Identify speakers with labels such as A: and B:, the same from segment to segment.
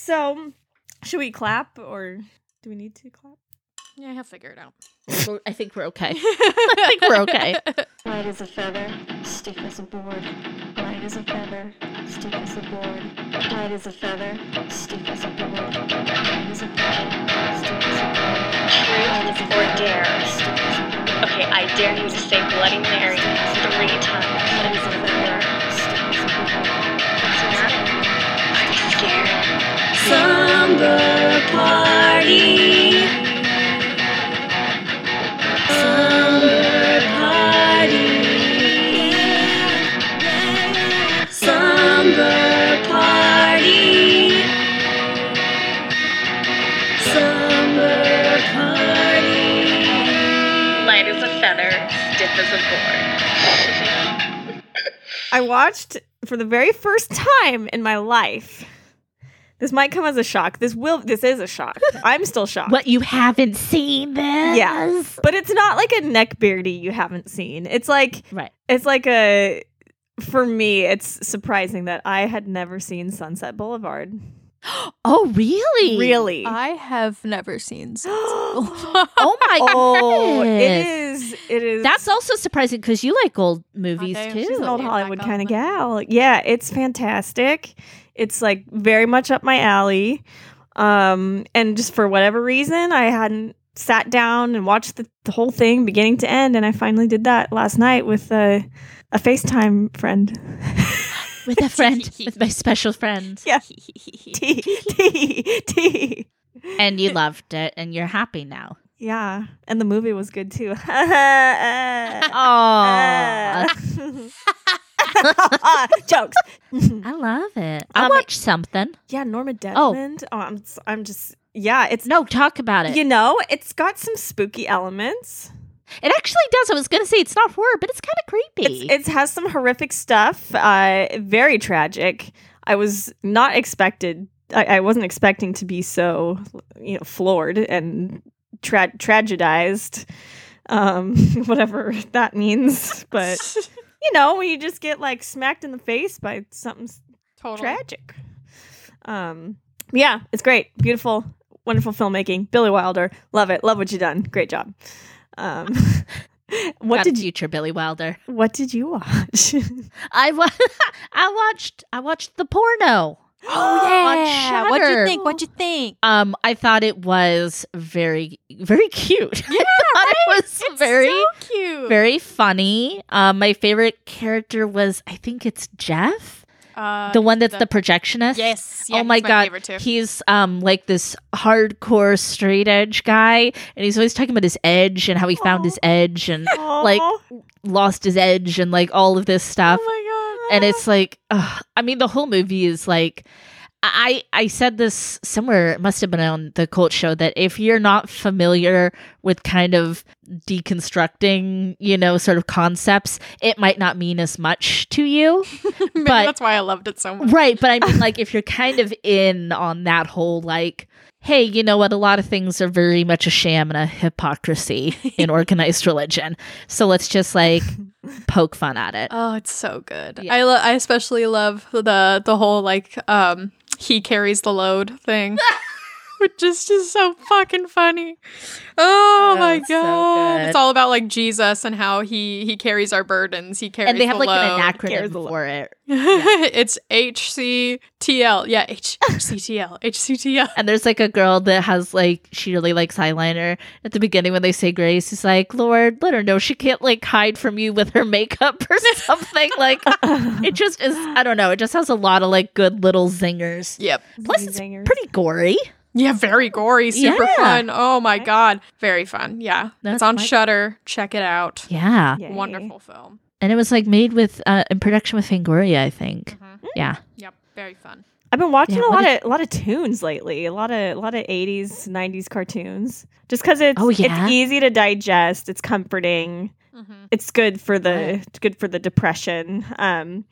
A: So, should we clap or do we need to clap?
B: Yeah, he'll figure it out.
C: Well, I think we're okay. I think we're okay.
D: Light as a feather, stiff as a board. Light as a feather, stiff as a board. Light as a feather, stiff as a board. Light as a feather, stiff as a board.
E: Truth or dare?
D: Stiff as a board.
E: Okay, I dare you to say Bloody Mary three times.
D: Light as a feather, stiff as a board.
E: I'm scared. Light as a feather, stiff as a board.
A: I watched for the very first time in my life. This might come as a shock. This will. This is a shock. I'm still shocked.
C: What you haven't seen this?
A: Yeah. But it's not like a neck beardy you haven't seen. It's like
C: Right.
A: it's like a. For me, it's surprising that I had never seen Sunset Boulevard.
C: Oh really?
A: Really?
B: I have never seen. Sunset
A: oh
B: Boulevard.
C: my
A: it
C: goodness.
A: is. It is.
C: That's also surprising because you like old movies
B: Okay,
C: too.
B: she's
A: She's an old
B: Yeah,
A: Hollywood
B: back on
A: kind of
B: the-
A: gal. Yeah, it's fantastic. It's like very much up my alley. Um, and just for whatever reason, I hadn't sat down and watched the, the whole thing beginning to end. And I finally did that last night with a, a FaceTime friend.
C: with a friend, with my special friend.
A: Yeah. T, T, T.
C: And you loved it and you're happy now.
A: Yeah. And the movie was good too. Uh,
C: Oh,
A: Jokes.
C: I love it. I'll
A: Um,
C: watch something.
A: yeah, Norma
C: Oh.
A: Desmond. Oh, I'm, I'm just, yeah, it's
C: No, talk about it.
A: You know, it's got some spooky elements.
C: it actually does. I was going to say it's not horror, but it's kind of creepy.
A: It's, it has some horrific stuff. Uh, very tragic. I was not expected. I, I wasn't expecting to be so, you know, floored and tra- tragedized, um, whatever that means. But you know, when you just get like smacked in the face by something s-
B: Totally.
A: tragic. Um, yeah, it's great, beautiful, wonderful filmmaking. Billy Wilder, love it, love what you done. Great job. Um, what
C: Got
A: did you
C: future Billy Wilder?
A: What did you watch?
C: I wa- I watched I watched the porno. Oh, On
B: What'd you
C: Shudder.
B: think? What'd you think?
C: Um, I thought it was very very cute. Yeah, I thought it was very
B: so cute.
C: very funny. Um, my favorite character was I think it's Jeff,
B: uh,
C: the one that's
B: the-
C: the, projectionist.
B: yes.
C: oh my, god, he's um like this hardcore straight edge guy, and he's always talking about his edge and how he found his edge and Like,
A: Aw.
C: lost his edge and like all of this stuff.
B: oh
C: and it's like, ugh. I mean, the whole movie is like. I, I said this somewhere, it must have been on the cult show, that if you're not familiar with kind of deconstructing, you know, sort of concepts, it might not mean as much to you.
B: my god. Maybe
C: but-
B: that's why I loved it so much.
C: Right, but I mean, like, if you're kind of in on that whole, like, hey, you know what? A lot of things are very much a sham and a hypocrisy in organized religion. So let's just, like, poke fun at it.
B: Oh, it's so good.
C: Yeah.
B: I lo- I especially love the the whole like um he carries the load thing. Which is just so fucking funny. Oh,
C: Oh,
B: my
C: it's so
B: god.
C: good.
B: it's all about like Jesus and how he he carries our burdens. He carries
C: and they have,
B: the
C: like, an
B: load.
C: acronym
A: Cares a lot.
C: for it.
B: it's HCTL. Yeah, H- HCTL. HCTL.
C: And there's, like, a girl that has, like, she really likes eyeliner. At the beginning, when they say grace, she's like, Lord, let her know she can't, like, hide from you with her makeup or something. like, it just is, I don't know. It just has a lot of, like, good little zingers.
B: Yep.
C: Plus, it's
A: Zingers.
C: pretty gory.
B: Yeah, very gory, super
C: Yeah.
B: fun. Oh my god, very fun. Yeah,
C: That's
B: it's on
C: my-
B: Shutter. Check it out.
C: Yeah.
A: Yay.
B: Wonderful film.
C: and it was like made with uh, in production with Fangoria, I think.
F: Mm-hmm.
C: Yeah,
B: Mm-hmm. Yep, very fun.
A: I've been watching
C: Yeah,
A: a
C: what
A: lot of a lot of tunes lately. A lot of a lot of eighties, nineties cartoons. Just because it's
C: Oh, yeah?
A: it's easy to digest. It's comforting.
F: Mm-hmm.
B: Mhm.
A: It's good for the it's good for the depression. Um,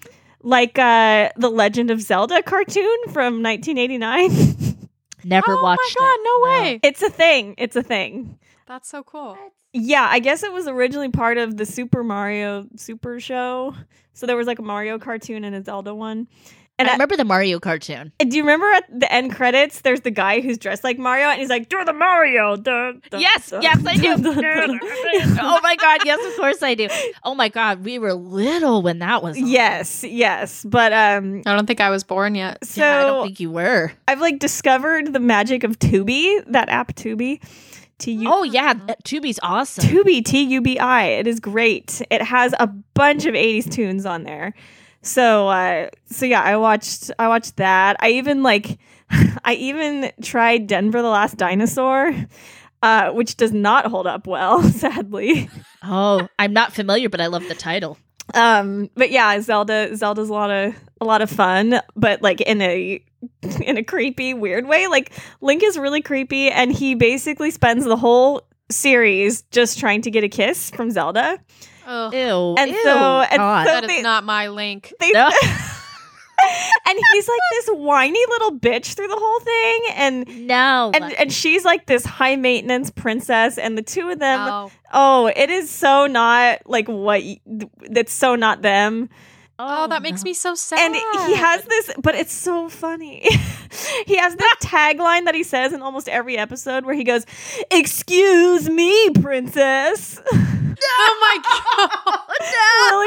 A: like uh, the Legend of Zelda cartoon from 1989.
C: never
B: oh
C: watched.
B: my god,
C: it.
B: no way.
A: it's a thing. It's a thing.
B: That's so cool.
A: Yeah, I guess it was originally part of the Super Mario Super Show. So there was like a Mario cartoon and a Zelda one. And
C: I,
A: I-
C: remember the Mario cartoon.
A: And do you remember at the end credits? There's the guy who's dressed like Mario, and he's like, "You're the Mario." Dun, dun,
C: Yes,
A: dun,
C: yes, I do.
A: dun, dun, dun.
C: oh my god, yes, of course I do. Oh my god, we were little when that was. on.
A: yes, yes. But um,
F: I don't think I was born yet.
A: so
C: Yeah, I don't think you were.
A: I've like discovered the magic of Tubi, that app Tubi. To you,
C: oh yeah, that Tubi's awesome.
A: Tubi, T U B I. It is great. It has a bunch of '80s tunes on there. So, uh, so yeah, I watched, I watched that. I even like, I even tried Denver the Last Dinosaur, uh, which does not hold up well, sadly.
C: oh, I'm not familiar, but I love the title.
A: Um, but yeah, Zelda, Zelda's a lot of a lot of fun, but like in a in a creepy, weird way. Like Link is really creepy, and he basically spends the whole series just trying to get a kiss from Zelda.
F: Oh,
C: Ew.
A: And
C: ew,
A: so- and
C: God.
A: so-
F: that is
A: they-
F: not my link.
A: They-
C: No.
A: and he's like this whiny little bitch through the whole thing, and
C: no.
A: and and she's like this high maintenance princess, and the two of them,
F: No.
A: oh, it is so not like what y- that's so not them.
F: Oh, that makes
C: no.
F: me so sad.
A: And he has this, but it's so funny. he has this tagline that he says in almost every episode where he goes, Excuse me, princess.
F: Oh my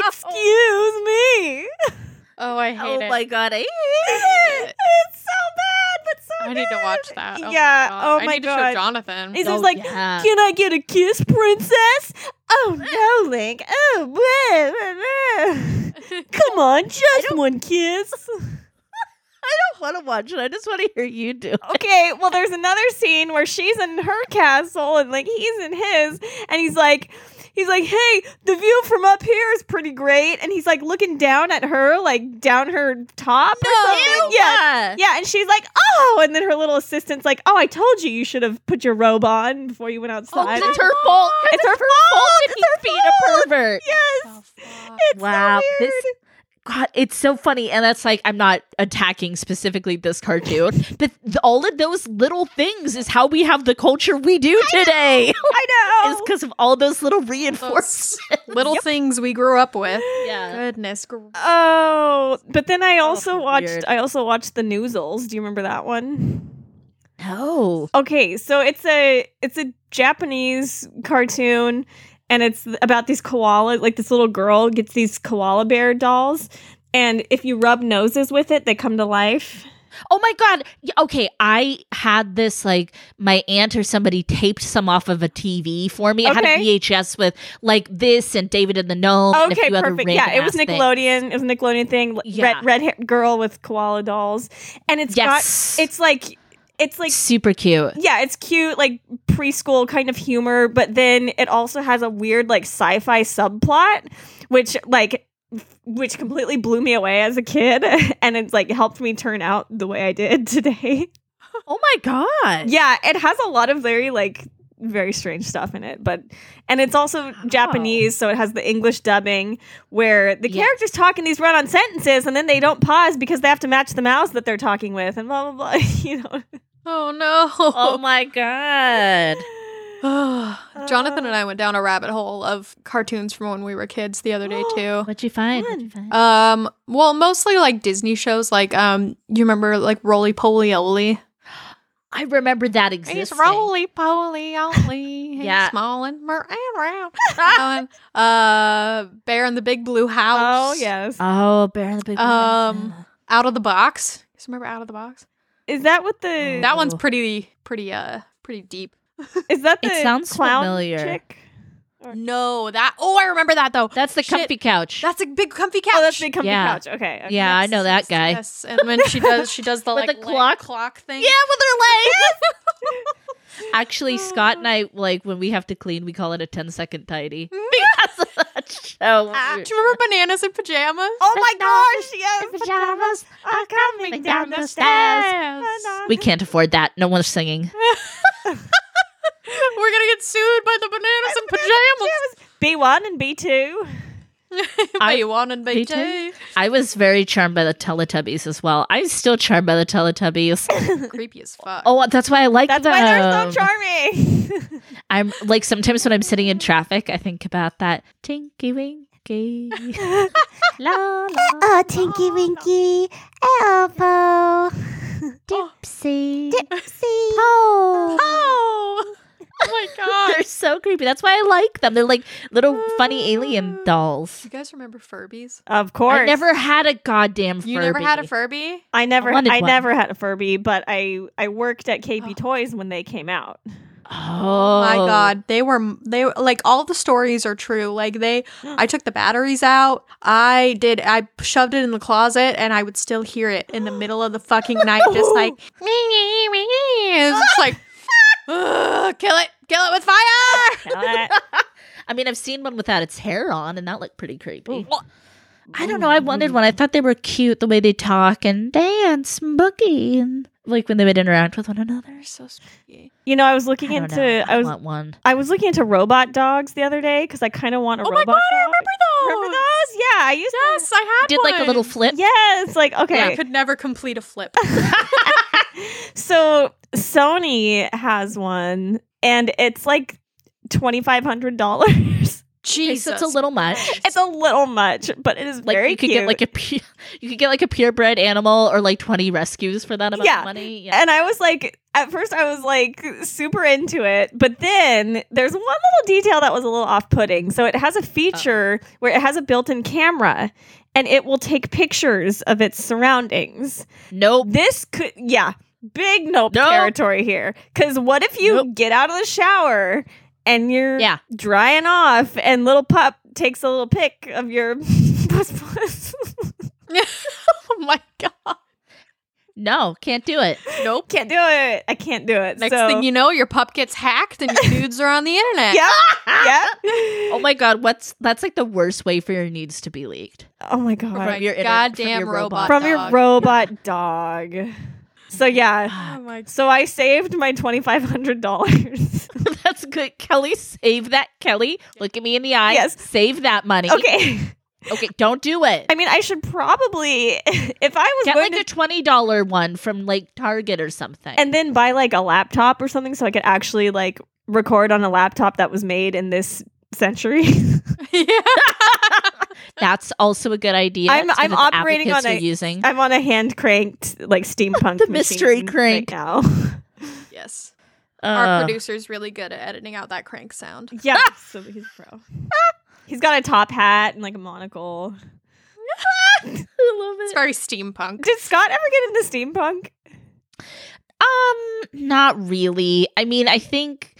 A: Well,
F: god.
A: excuse me.
F: Oh, I hate
C: Oh
F: it.
C: my god, I
A: it's so bad, but so
F: I need to
A: good.
F: watch that. Oh
A: yeah.
F: My
A: Oh
F: god.
A: my
F: I need to
A: god.
F: show Jonathan.
A: He's
C: Oh,
A: just like,
C: yeah.
A: Can I get a kiss, princess? Oh no, Link. Oh, blah, blah, blah. come on, just one kiss.
C: I don't want to watch it. I just want to hear you do. it.
A: Okay, well, there's another scene where she's in her castle and like he's in his, and he's like, he's like, hey, the view from up here is pretty great, and he's like looking down at her, like down her top or something. Yeah,
C: Ah.
A: yeah, and she's like, oh, and then her little assistant's like, oh, I told you you should have put your robe on before you went
C: Oh,
A: outside.
C: 'cause it's her fault. 'Cause
A: It's her
C: fault
A: fault.
C: if he's being a pervert.
A: Yes,
F: Oh, fuck.
A: it's so
C: Wow, this-
A: weird.
C: God, it's so funny, and that's like I'm not attacking specifically this cartoon, but th- all of those little things is how we have the culture we do
A: I
C: today.
A: know.
C: Oh. It's because of all those little
F: Those
C: reinforcements.
F: little things we grew up with.
C: Yeah.
F: Goodness. gr-
A: Uh, Oh, but then I also
C: Oh,
A: watched.
C: weird.
A: I also watched the Newsels. Do you remember that one?
C: No.
A: Okay, so it's a it's a Japanese cartoon, and it's about these koala. Like this little girl gets these koala bear dolls, and if you rub noses with it, they come to life.
C: Oh my God. Y- Okay. I had this, like, my aunt or somebody taped some off of a TV for me. I had a
A: Okay.
C: VHS with, like, this and David and the Gnome. and a
A: okay,
C: few other
A: perfect. Yeah, it was
C: random-ass things.
A: Nickelodeon. It was a Nickelodeon thing. l-
C: Yeah.
A: Red red hair girl with koala dolls, and it's
C: Yes.
A: got it's like it's like
C: Super cute.
A: yeah, it's cute, like preschool kind of humor, but then it also has a weird like sci-fi subplot, which like which completely blew me away as a kid and it's like helped me turn out the way I did today.
C: Oh my God.
A: yeah, it has a lot of very like very strange stuff in it, but and it's also Japanese, so it has the English dubbing where the
C: Yeah.
A: characters talk in these run-on sentences and then they don't pause because they have to match the mouths that they're talking with and blah blah blah, you know.
F: Oh no.
C: Oh my God.
A: oh.
F: Jonathan
A: Uh.
F: and I went down a rabbit hole of cartoons from when we were kids the other day
A: Oh.
F: too.
C: What'd you find? What'd you find?
F: Um, well, mostly like Disney shows. Like, um, you remember like Roly Poly Oly?
C: I remember that
F: It's
C: existing.
F: Roly Poly Oly.
C: Yeah.
F: yeah, small and mer- and round. Um, uh, Bear in the Big Blue House.
A: Oh, yes.
C: Oh, Bear and the Big Blue House.
F: Um, Out of the Box. You guys remember Out of the Box?
A: Is that what the
F: That one's
C: Ooh.
F: pretty, pretty, uh, pretty deep.
A: is that the
C: It sounds
A: clown
C: familiar.
A: chick?
F: No, that. Oh, I remember that though.
C: That's the
F: Shit.
C: comfy couch.
F: That's a big comfy couch.
A: Oh, that's the comfy
C: Yeah.
A: couch. Okay. okay.
C: yeah, I know that
F: Yes,
C: guy.
F: Yes, and when she does, she does the
C: With
F: like leg
C: the clock?
F: clock thing.
C: Actually, Scott and I like when we have to clean, we call it a 10 second tidy. Because of that show.
F: Ah, do you remember bananas in pajamas?
A: Oh my gosh! Yes.
C: Pajamas
A: are coming
C: down the stairs. We can't afford that. No one's singing.
F: We're gonna get sued by the bananas in pajamas.
A: B one and B two.
C: I-
F: Bay one and
C: Bay
F: bay
C: two?
F: two.
C: I was very charmed by the Teletubbies as well. I'm still charmed by the Teletubbies.
F: Creepy as fuck.
C: oh, that's why I like
A: That's
C: them.
A: why they're so charming.
C: I'm like sometimes when I'm sitting in traffic, I think about that Tinky Winky Winky. la la.
G: Oh, Tinky Winky, elbow,
C: Dipsy.
G: dipsy.
C: Oh.
F: Oh, oh my
C: They're
F: god!
C: so creepy. That's why I like them. They're like little funny alien dolls.
F: Do you guys remember Furbies?
A: Of course.
C: I never had a goddamn Furby.
F: You never had a Furby?
A: I never
C: I
A: I,
C: wanted one.
A: never had a Furby, but I I worked at KB
F: Oh.
A: Toys when they came out.
C: Oh
F: my god, they were they like all the stories are true. Like they, I took the batteries out. I did. I shoved it in the closet, and I would still hear it in the middle of the fucking night, just like it's just like, "Ugh, kill it, kill it with fire.
C: I mean, I've seen one without its hair on, and that looked pretty creepy. I don't know. I wanted one. I thought they were cute the way they talk and dance and boogie, and like when they would interact with one another.
F: They're so spooky.
A: you know, I was looking
C: I don't
A: into
C: know. I,
A: I was
C: want one.
A: I was looking into robot dogs the other day because I kind of want a
F: Oh my
A: robot
F: god, I
A: dog.
F: remember those.
A: Remember those? Yeah, I used
F: Yes, I had
C: Did like a little
F: one.
C: flip.
A: to. Yes, like
F: Yeah, I
A: okay.
F: could never complete a flip.
A: so Sony has one, and it's like twenty five hundred dollars.
C: Okay,
F: Jesus,
C: so it's a little much.
A: it's a little much, but it is
C: Like
A: very
C: you could
A: cute.
C: get like a pu- you could get like a purebred animal or like twenty rescues for that amount
A: Yeah.
C: of money. Yeah.
A: and I was like, at first I was like super into it, but then there's one little detail that was a little off putting. So it has a feature where it has a built in camera and it will take pictures of its surroundings.
C: Nope.
A: This could, yeah, big nope,
C: Nope.
A: territory here. Because what if you
C: Nope.
A: get out of the shower and you're
C: Yeah.
A: drying off and little pup takes a little pic of your puss puss?
F: oh my god.
C: No, can't do it.
F: Nope.
A: can't do it. I can't do it.
F: Next
A: So-
F: thing you know, your pup gets hacked and your nudes are on the internet.
A: Yep. yep.
C: Oh my god, what's that's like the worst way for your needs to be leaked.
A: Oh my god.
F: From
C: Right.
F: your
C: your inter-
F: goddamn
C: from your
F: robot.
C: robot.
A: from your
F: dog.
A: robot dog. So yeah.
F: Oh my
A: So I saved my twenty five hundred dollars.
C: That's good. Kelly, save that. Kelly, look at me in the eye.
A: Yes.
C: Save that money.
A: okay.
C: Okay, don't do it.
A: I mean, I should probably if I was
C: Get
A: going
C: like
A: to
C: a $20 one from like Target or something.
A: and then buy like a laptop or something so I could actually like record on a laptop that was made in this century.
F: yeah.
C: That's also a good idea.
A: I'm-
C: It's
A: I'm
C: what the
A: operating
C: advocates
A: on
C: are
A: a-
C: using.
A: I'm on a hand cranked like steampunk
C: The mystery
A: machine
C: crank.
A: right now.
F: Yes. Our
C: Uh,
F: producer's really good at editing out that crank sound.
A: yeah, so he's a pro. He's got a top hat and like a monocle.
C: I love
F: It's
C: it.
F: very steampunk.
A: Did Scott ever get into steampunk?
C: Um, not really. I mean, I think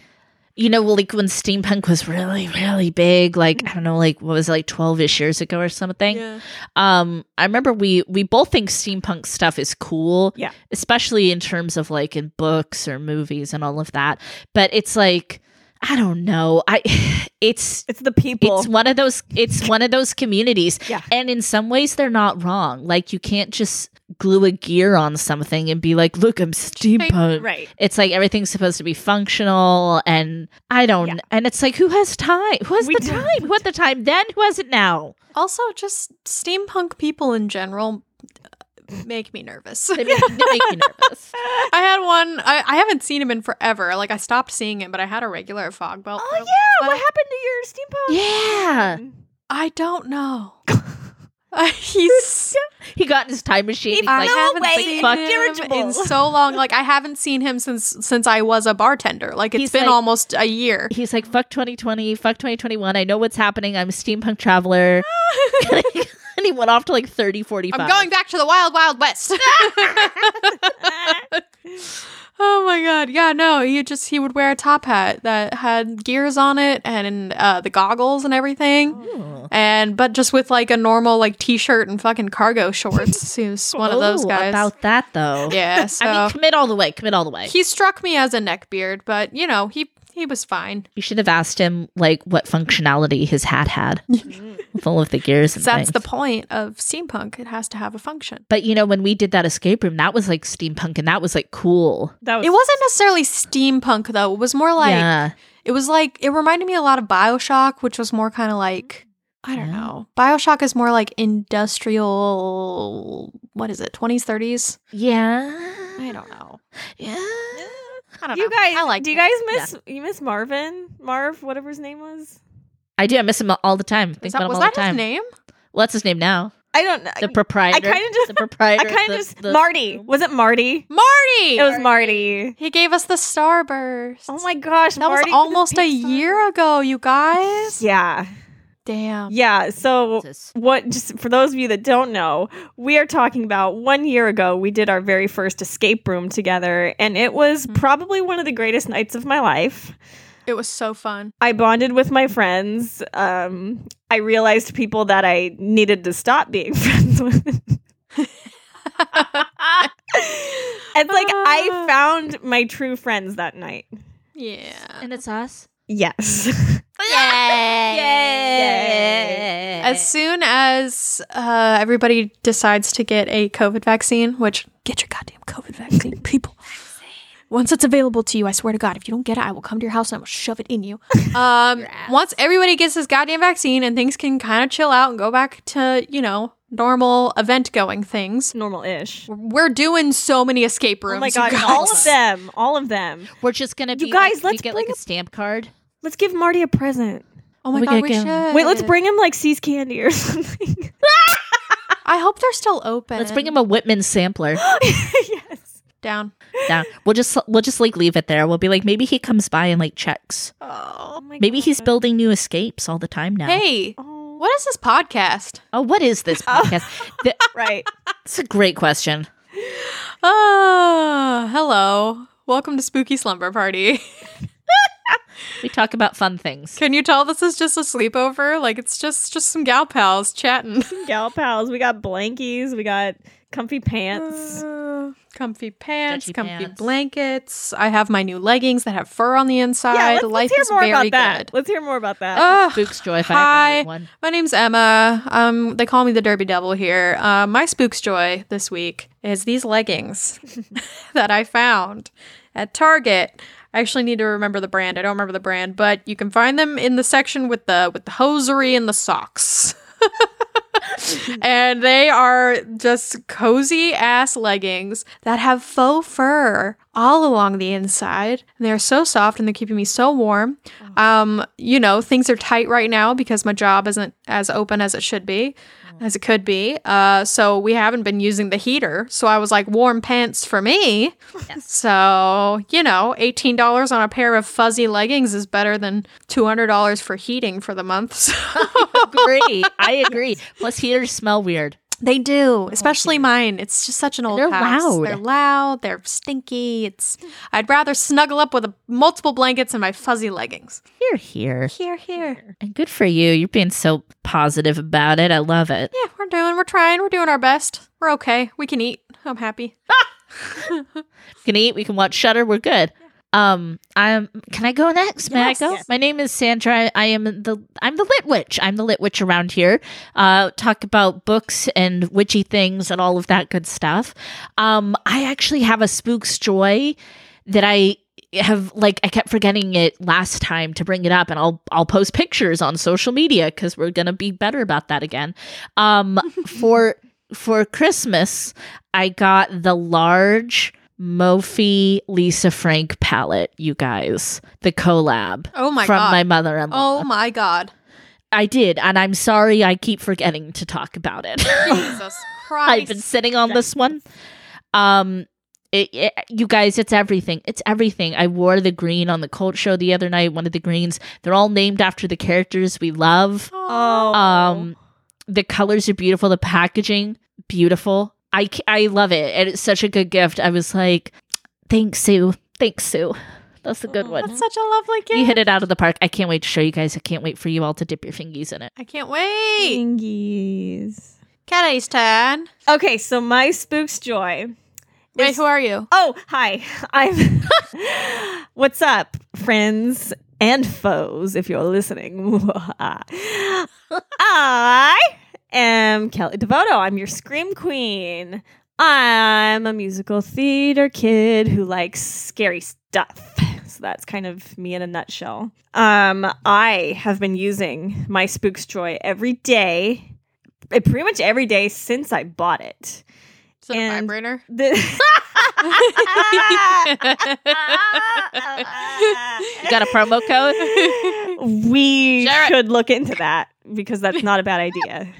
C: you know, like when steampunk was really, really big, like
A: Mm.
C: I don't know, like what was it, like twelve ish years ago or something.
F: Yeah.
C: Um, I remember we we both think steampunk stuff is cool,
A: Yeah.
C: especially in terms of like in books or movies and all of that. But it's like I don't know. I it's
A: It's the people.
C: it's one of those it's one of those communities.
A: Yeah.
C: And in some ways they're not wrong. Like you can't just glue a gear on something and be like, look, I'm steampunk.
A: right.
C: It's like everything's supposed to be functional and I don't
A: Yeah.
C: and it's like who has time? Who has
A: We
C: the
A: don't.
C: time? Who had the time then? Who has it now?
F: Also, just steampunk people in general uh, make me nervous.
C: They make, they make me nervous.
F: I had one. I, I haven't seen him in forever. Like I stopped seeing him, but I had a regular at Fog Belt.
A: Oh
F: for a
A: yeah,
F: while.
A: what happened to your steampunk?
C: Yeah.
F: I don't know. Uh, he's
C: He got in his time machine. He's
F: I
C: like,
F: haven't
A: away
F: seen
A: in a
F: him
A: dirigible.
F: in so long. Like I haven't seen him since since I was a bartender. Like it's
C: He's
F: been
C: like-
F: almost a year.
C: he's like, fuck 2020, fuck 2021. I know what's happening. I'm a steampunk traveler. and he went off to like 30, 45.
F: I'm going back to the wild, wild west. oh my god! Yeah, no, he just he would wear a top hat that had gears on it and uh, the goggles and everything,
C: Ooh.
F: and but just with like a normal like t-shirt and fucking cargo shorts. he was one of those
C: Ooh,
F: guys.
C: About that though.
F: yeah, so
C: I mean, commit all the way. Commit all the way.
F: he struck me as a neckbeard, but you know he he was fine.
C: you should have asked him like what functionality his hat had with all of the gears. And
F: That's the
C: things.
F: point of steampunk. It has to have a function.
C: But you know, when we did that escape room, that was like steampunk, and that was like cool.
A: That was
F: It wasn't necessarily steampunk though. It was more like
C: yeah,
F: it was like it reminded me a lot of Bioshock, which was more kind of like I don't
C: Yeah.
F: know. Bioshock is more like industrial. What is it? Twenties, thirties? I
C: yeah,
F: don't know.
C: yeah.
F: I don't
A: You
F: know.
A: guys,
F: I like.
A: do you guys miss you miss Marvin, Marv, whatever his name was?
C: I do. I miss him all the time. Think
F: Is
C: about
F: that,
C: him
F: was
C: all
F: that
C: the time.
F: his name?
C: Well, that's his name now.
A: I don't know.
C: The proprietor.
A: kinda just-
C: the proprietor.
A: I kind
C: the-
A: of just
C: the-
A: Marty. Was it Marty?
F: Marty.
A: It was Marty.
F: He gave us the starburst.
A: Oh my gosh,
F: That
A: Marty with
F: was
A: the
F: almost a
A: pink star.
F: year ago, you guys.
A: Yeah,
F: Damn.
A: yeah. So
C: Jesus.
A: what? Just for those of you that don't know, we are talking about one year ago. We did our very first escape room together, and it was
F: Mhm.
A: probably one of the greatest nights of my life.
F: It was so fun.
A: I bonded with my friends. Um, I realized people that I needed to stop being friends with. it's like I
F: Ah.
A: found my true friends that night.
F: yeah.
C: And it's us.
A: Yes.
C: Yay!
A: Yay!
F: As soon as uh, everybody decides to get a COVID vaccine, which get your goddamn COVID vaccine, people. Once it's available to you, I swear to God, if you don't get it, I will come to your house and I will shove it in you. Um, once everybody gets this goddamn vaccine and things can kind of chill out and go back to, you know, normal event going things,
A: Normal ish.
F: we're doing so many escape rooms.
A: Oh my
F: you
A: god,
F: guys.
A: all of them. All of them.
C: We're just gonna
A: You
C: be
A: guys,
C: like, we
A: let's
C: get like
A: bring
C: a stamp card.
A: Let's give Marty a present.
F: Oh my
C: We
F: God,
C: gotta
F: we
C: get 'em.
F: should.
A: Wait, let's bring him like C's candy or something.
F: I hope they're still open.
C: Let's bring him a Whitman sampler.
A: yes.
F: down.
C: down. We'll just we'll just like leave it there. We'll be like maybe he comes by and like checks.
A: Oh my
C: Maybe he's
A: God.
C: building new escapes all the time now.
F: Hey,
A: Oh,
F: what is this podcast?
C: Oh, what is this
A: Oh.
C: podcast? Th-
A: Right.
C: That's a great question.
F: Oh, hello. Welcome to Spooky Slumber Party.
C: We talk about fun things.
F: Can you tell this is just a sleepover? Like it's just just some gal pals chatting.
A: Gal pals. We got blankies. We got comfy pants.
F: Uh, comfy pants,
C: Stretchy
F: comfy
C: pants.
F: blankets. I have my new leggings that have fur on the inside.
A: yeah, let's,
F: Life
A: let's hear
F: is
A: more
F: very
A: about that.
F: good. Ah,
A: Let's hear more about that.
F: Ugh.
C: Spooks joy. If I
F: Hi.
C: ever knew one.
F: My name's Emma. Um, they call me the Derby Devil here. Uh, my spook's joy this week is these leggings that I found at Target. I actually need to remember the brand. I don't remember the brand, but you can find them in the section with the with the hosiery and the socks. and they are just cozy ass leggings that have faux fur all along the inside. And they're so soft and they're keeping me so warm. Um, you know, things are tight right now because my job isn't as open as it should be, as it could be. Uh, so we haven't been using the heater. So I was like, warm pants for me. So, you know, $18 on a pair of fuzzy leggings is better than $200 for heating for the month. So.
C: agree. I agree. Plus, heaters smell weird.
F: They do, especially mine. It's just such an old
C: Oh, they're
F: house.
C: loud.
F: They're loud. They're stinky. It's. I'd rather snuggle up with a, multiple blankets and my fuzzy leggings.
C: You're here.
F: Here, here.
C: And good for you. You're being so positive about it. I love it.
F: Yeah, we're doing. We're trying. We're doing our best. We're okay. We can eat. I'm happy.
C: We can eat. We can watch Shutter. We're good. Um, I'm. Can I go next? May
F: Yes.
C: I go?
F: Yes.
C: My name is Sandra. I am the. I'm the lit witch. I'm the lit witch around here. Uh, talk about books and witchy things and all of that good stuff. Um, I actually have a spooks joy that I have like I kept forgetting it last time to bring it up and I'll I'll post pictures on social media cuz we're going to be better about that again. Um for for Christmas I got the large Mophie Lisa Frank palette, you guys. The collab
F: Oh my
C: from
F: god.
C: my mother-in-law.
F: oh my god.
C: I did and I'm sorry I keep forgetting to talk about it.
F: Jesus Christ.
C: I've been sitting on this one. Um, it, it- you guys, it's everything. It's everything. I wore the green on the cult show the other night. One of the greens. They're all named after the characters we love.
A: oh.
C: Um, the colors are beautiful. The packaging, beautiful. I c- I love it, and it's such a good gift. I was like, thanks, Sue. Thanks, Sue. That's a good
A: Aw.
C: one.
F: That's such a lovely
C: You
F: gift.
C: hit it out of the park. I can't wait to show you guys. I can't wait for you all to dip your fingies in it.
F: I can't wait.
A: Dingies.
F: Caddy's turn.
A: Okay, so my spook's joy.
F: Wait,
A: is-
F: who are you?
A: Oh, hi. I'm. What's up, friends and foes, if you're listening? I am Kelly Devoto. I'm your scream queen. I'm a musical theater kid who likes scary stuff. So that's kind of me in a nutshell. Um, I have been using my Spooks Joy every day, eh, pretty much every day since I bought it.
F: Is it a
A: and-
F: vibrator?
A: The-
C: You got a promo code?
A: we
F: Share it.
A: should look into that because that's not a bad idea.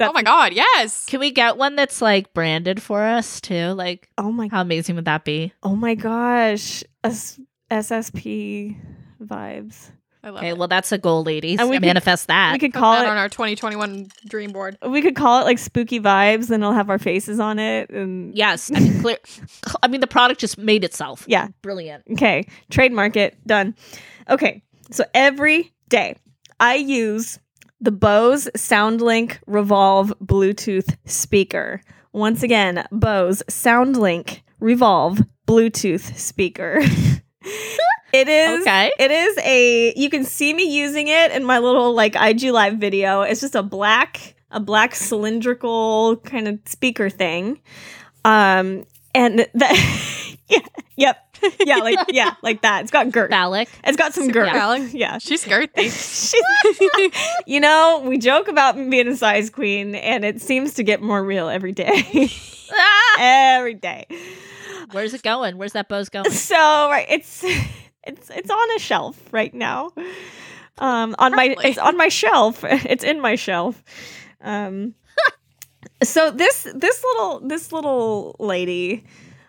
F: oh my god, yes.
C: Can we get one that's like branded for us too? Like,
A: Oh my
C: how amazing would that be?
A: oh my gosh. S- SSP vibes.
F: I love
C: Okay,
F: it.
C: well, that's a goal, ladies.
A: And we
C: We
A: could-
C: manifest that.
A: We could
F: Put
A: call
F: that on
A: it
F: our 2021 dream board.
A: we could call it like spooky vibes and it'll have our faces on it and
C: yes, I mean, clear. I mean, the product just made itself.
A: Yeah.
C: brilliant.
A: Okay, trademark it. Done. Okay, so every day I use the Bose SoundLink Revolve Bluetooth speaker. Once again, Bose SoundLink Revolve Bluetooth speaker. it is.
C: Okay,
A: It is a you can see me using it in my little like IG live video. It's just a black a black cylindrical kind of speaker thing. Um and the yeah, yep. Yeah, like yeah, like that. It's got girth.
C: phallic.
A: It's got some girth.
C: Yeah.
F: Alex,
A: Yeah.
F: she's girthy.
A: She's, you know, we joke about me being a size queen and it seems to get more real every day. every day.
C: Where's it going? Where's that Bose going?
A: So right, it's it's it's on a shelf right now. Um, on my
F: Probably.
A: it's on my shelf. It's in my shelf. Um, so this this little this little lady,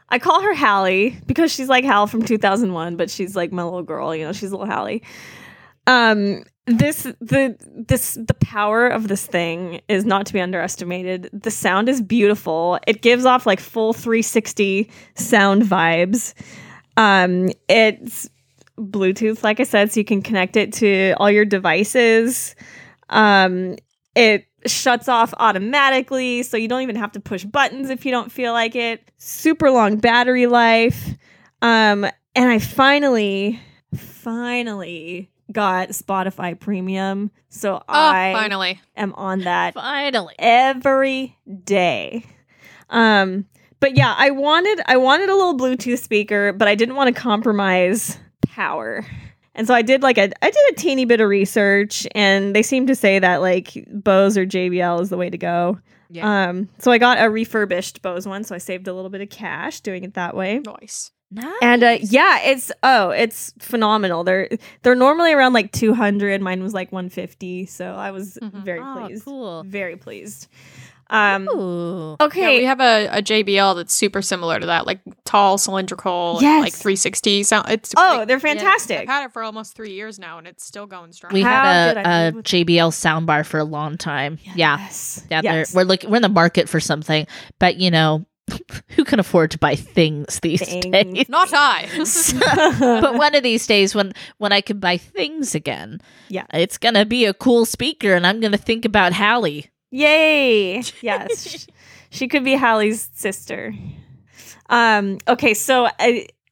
A: I call her Hallie because she's like Hal from 2001, but she's like my little girl. You know, she's little Hallie. Um, this the this the power of this thing is not to be underestimated. The sound is beautiful. It gives off like full 360 sound vibes. Um, it's Bluetooth, like I said, so you can connect it to all your devices. Um, it shuts off automatically, so you don't even have to push buttons if you don't feel like it. Super long battery life. Um, and I finally, finally got Spotify Premium, so
F: Oh,
A: I
F: finally.
A: am on that
C: Finally.
A: every day. Um, but yeah, I wanted I wanted a little Bluetooth speaker, but I didn't want to compromise power. And so I did like a I did a teeny bit of research and they seem to say that like Bose or JBL is the way to go.
C: Yeah.
A: Um so I got a refurbished Bose one, so I saved a little bit of cash doing it that way.
F: Nice.
C: Oh, Nice.
A: And uh, yeah, it's oh, it's phenomenal. They're they're normally around like 200, mine was like 150, so I was
F: Mhm.
A: very
C: Oh,
A: pleased.
C: cool.
A: Very pleased. Um
C: Mm-hmm. Ooh.
F: Yeah,
A: Okay.
F: we have a, a JBL that's super similar to that, like tall, cylindrical,
A: Yes.
F: like 360 sound. It's
A: oh, they're
F: I've
A: fantastic.
F: had it for almost three years now, and it's still going strong.
C: We
A: How
C: had
A: did I
C: a, a
A: live with-
C: JBL soundbar for a long time. Yeah.
A: Yes.
C: Yeah, they're
A: Yes.
C: we're looking. We're in the market for something, but you know, who can afford to buy things these
A: Things.
C: days?
F: Not I.
C: but one of these days, when when I can buy things again,
A: Yeah.
C: it's gonna be a cool speaker, and I'm gonna think about Hallie.
A: Yay. Yes. Sh- she could be Hallie's sister. Um okay, so uh,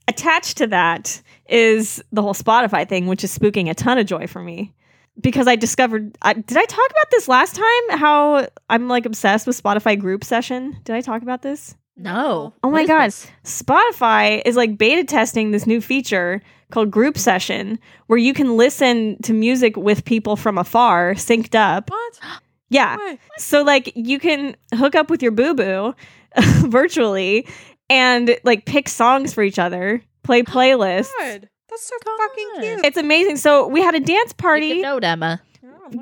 A: attached to that is the whole Spotify thing, which is spooking a ton of joy for me. Because I discovered, I, did I talk about this last time? How I'm like obsessed with Spotify group session. Did I talk about this?
C: No,
A: Oh
C: What
A: my
C: is
A: God.
C: this?
A: Spotify is like beta testing this new feature called Group Session, where you can listen to music with people from afar, synced up.
F: what? Oh
A: Yeah.
F: Why?
A: So, like, you can hook up with your boo boo virtually and like pick songs for each other, play playlists.
F: God, that's so fucking
C: God.
F: cute.
A: It's amazing. So, we had a dance
C: Make
A: party.
C: a note, Emma.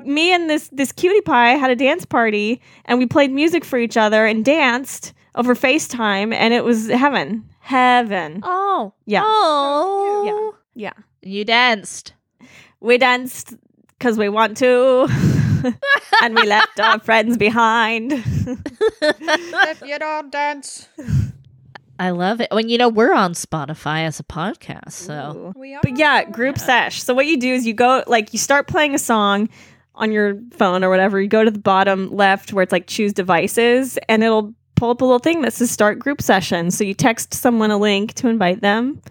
A: Me and this this cutie pie had a dance party and we played music for each other and danced over FaceTime and it was heaven. Heaven.
C: Oh,
A: Yeah.
C: Oh,
A: Yeah.
C: You danced.
A: We danced because we want to, and we left our friends behind.
F: if you don't dance,
C: I love it. When you know we're on Spotify as a podcast, so
F: we are.
A: But yeah, group sesh. So what you do is you go like you start playing a song on your phone or whatever. You go to the bottom left where it's like choose devices, and it'll pull up a little thing that says start group session. So you text someone a link to invite them.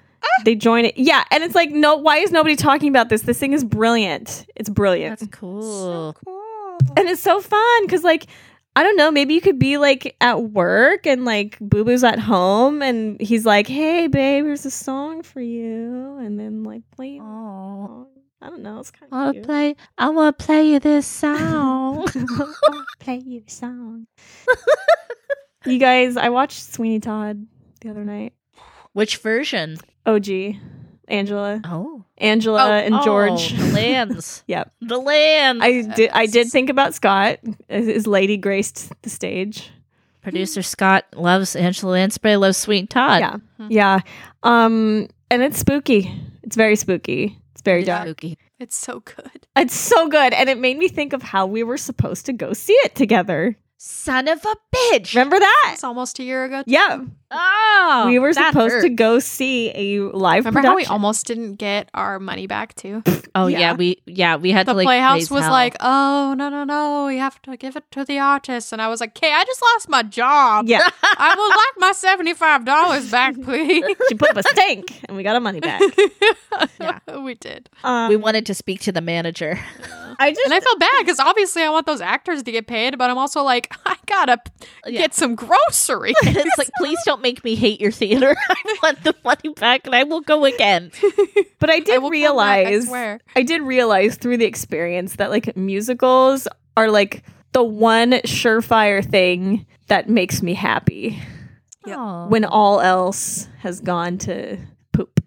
A: They join it. Yeah, and it's like no. Why is nobody talking about this? This thing is brilliant. It's brilliant.
C: that's cool.
A: and it's so fun because like i don't know maybe you could be like at work and like boo boo's at home and he's like hey babe here's a song for you and then like play it.
C: Oh.
A: i don't know it's kind
C: I wanna
A: of cute.
C: play. I wanna play you this song.
H: Play your song.
A: you guys i watched sweeney todd the other night
C: Which version?
A: OG, Angela,
C: Oh,
A: Angela,
F: Oh,
A: and
C: Oh,
A: George.
C: the lands.
A: Yep.
C: the land.
A: I did. I did think about Scott. Is, is Lady graced the stage?
C: Producer Scott loves Angela Lansbury, loves Sweet and Todd.
A: Yeah, yeah. Um, and it's spooky. It's very spooky. It's very
C: It's
A: dark.
C: spooky.
F: It's so good.
A: It's so good, and it made me think of how we were supposed to go see it together.
C: Son of a bitch.
A: Remember that?
F: It's almost a year ago.
A: Yeah,
C: Oh,
A: we were
C: that
A: supposed to
C: hurt.
A: go see a live.
F: Remember how we
A: production.
F: almost didn't get our money back too?
C: Oh yeah.
A: Yeah.
C: we yeah we had
F: The
C: to like
F: Playhouse
C: raise
F: was
C: hell.
F: like, "Oh no, no, no! You have to give it to the artist." And I was like, "Okay, I just lost my job.
A: Yeah,
F: I would like my seventy-five dollars back, please."
A: she put up a stink, and we got our money back.
F: we did,
A: Um,
C: we wanted to speak to the manager.
A: I just
F: and I felt bad because obviously I want those actors to get paid, but I'm also like, I gotta
C: Yeah.
F: get some groceries.
C: And it's like, please don't make me hate your theater. I want the money back, and I will go again.
A: But I
F: I
A: did
F: will come back, I
A: realize, I,
F: swear.
A: did realize through the experience that like musicals are like the one surefire thing that makes me happy
C: Aw,
A: when all else has gone to poop.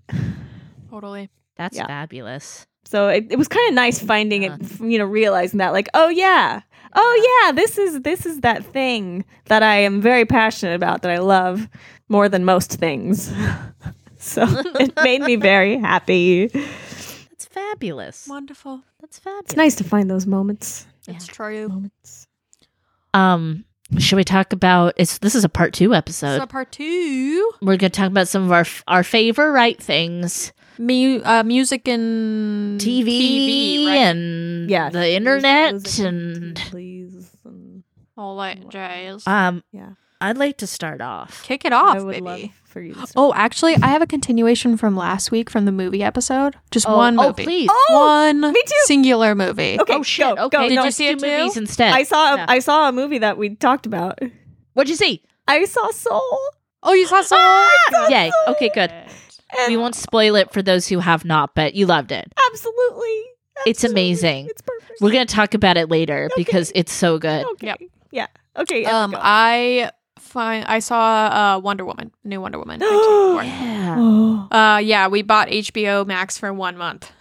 F: Totally.
C: that's
A: Yeah.
C: fabulous.
A: So it, it was kind of nice finding it, f- you know, realizing that like, oh yeah, oh yeah, this is this is that thing that I am very passionate about that I love more than most things. so it made me very happy.
C: That's fabulous.
F: Wonderful.
C: That's fabulous.
A: It's nice to find those moments.
F: It's true.
A: Moments.
C: Um, should we talk about? It's this is a part two episode.
F: So part two,
C: We're gonna talk about some of our our favorite things,
F: mu- uh, music and
C: TV,
F: right?
C: and
A: Yeah,
C: the internet and
A: please. and-
F: all that jazz.
C: um.
A: Yeah.
C: I'd like to start off.
F: Kick it off,
A: I would
F: baby.
A: love for you. To
F: Oh, actually, I have a continuation from last week from the movie episode. Just
C: Oh,
F: one
C: oh,
F: movie.
C: please.
F: One
A: me too.
F: singular movie.
A: okay,
C: oh shit!
A: Go,
C: okay,
A: go,
C: did
A: go.
C: you
F: you
C: see
F: see it too?
C: movies instead?
A: I saw. A,
C: Yeah.
A: I saw a movie that we talked about.
C: What'd you see?
A: I saw Soul.
F: Oh, you saw Soul?
A: Ah!
C: Yay! Okay, good.
A: And
C: We won't spoil it for those who have not, but you loved it.
A: absolutely.
C: It's
A: absolutely,
C: amazing.
A: It's perfect.
C: We're gonna talk about it later because it's so good.
A: Okay.
F: Yep.
A: Yeah. Okay. yeah,
F: Um,
A: go.
F: I find I saw uh, Wonder Woman, new Wonder Woman. 1984.
C: Yeah.
A: Oh.
F: uh, yeah, we bought HBO Max for one month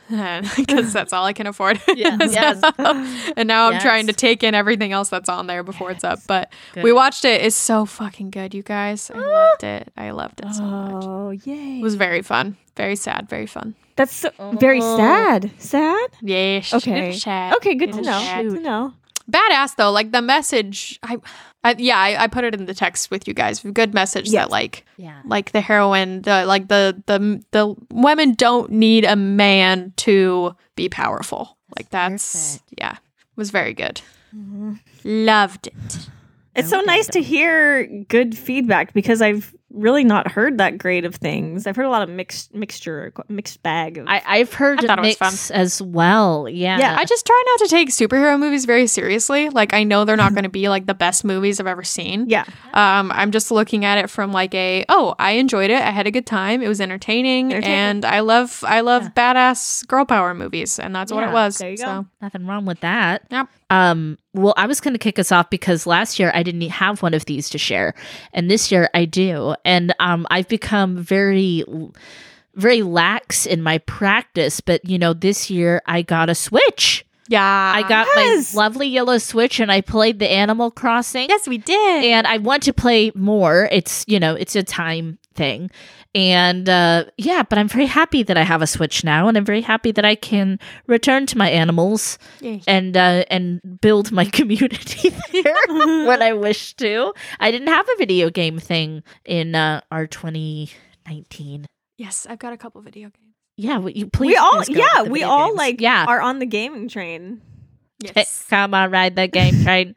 F: because that's all I can afford.
C: Yeah.
F: So-
A: Yes.
F: and now I'm trying to
C: Yes.
F: take in everything else that's on there before it's up. But we watched it. It's so fucking good, you guys. I loved it. I loved it so much.
A: Ah! Oh yay!
F: It was very fun. Very sad. Very fun.
A: That's so, very
C: Oh.
A: sad. Sad.
F: Yeah. sh-
A: Okay.
F: Sad.
A: Okay, good to
F: Little
A: know.
F: sad.
A: Good to know.
F: Badass though. Like the message. I, I yeah. I, I put it in the text with you guys. Good message
A: Yes.
F: that like
C: Yeah.
F: like the heroine. The like the the the women don't need a man to be powerful. Like that's yeah. Was very good. Loved it.
A: It's so
C: Okay.
A: nice to hear good feedback because I've really not heard that great of things. I've heard a lot of mixed mixture, mixed bag. Of,
C: I, I've heard
F: I thought it was
C: mix as well. Yeah.
A: Yeah,
F: I just try not to take superhero movies very seriously. Like I know they're not going to be like the best movies I've ever seen.
A: yeah,
F: Um, I'm just looking at it from like a oh, I enjoyed it. I had a good time. It was entertaining,
A: Entertaining.
F: and I love I love badass girl power movies, and that's what
C: Yeah,
F: it was.
A: there you go.
F: So
C: Nothing wrong with that.
F: Yep.
C: Um, well, I was going to kick us off because last year I didn't e, have one of these to share, and this year I do, and um, I've become very, very lax in my practice. But you know, this year I got a Switch.
F: yeah,
C: I got
A: Yes.
C: my lovely yellow Switch, and I played the Animal Crossing.
F: yes, we did.
C: and I want to play more. It's you know, it's a time thing, and uh, yeah. But I'm very happy that I have a Switch now, and I'm very happy that I can return to my animals
F: Yay.
C: and uh, and build my community there when I wish to. I didn't have a video game thing in uh, our 2019.
F: yes, I've got a couple video games.
C: Yeah, would you please.
A: we all,
C: please go
A: yeah,
C: with the
A: we
C: video
A: all
C: games.
A: like
C: yeah.
A: are on the gaming train.
C: Hey,
F: Yes,
C: come on, ride the game train.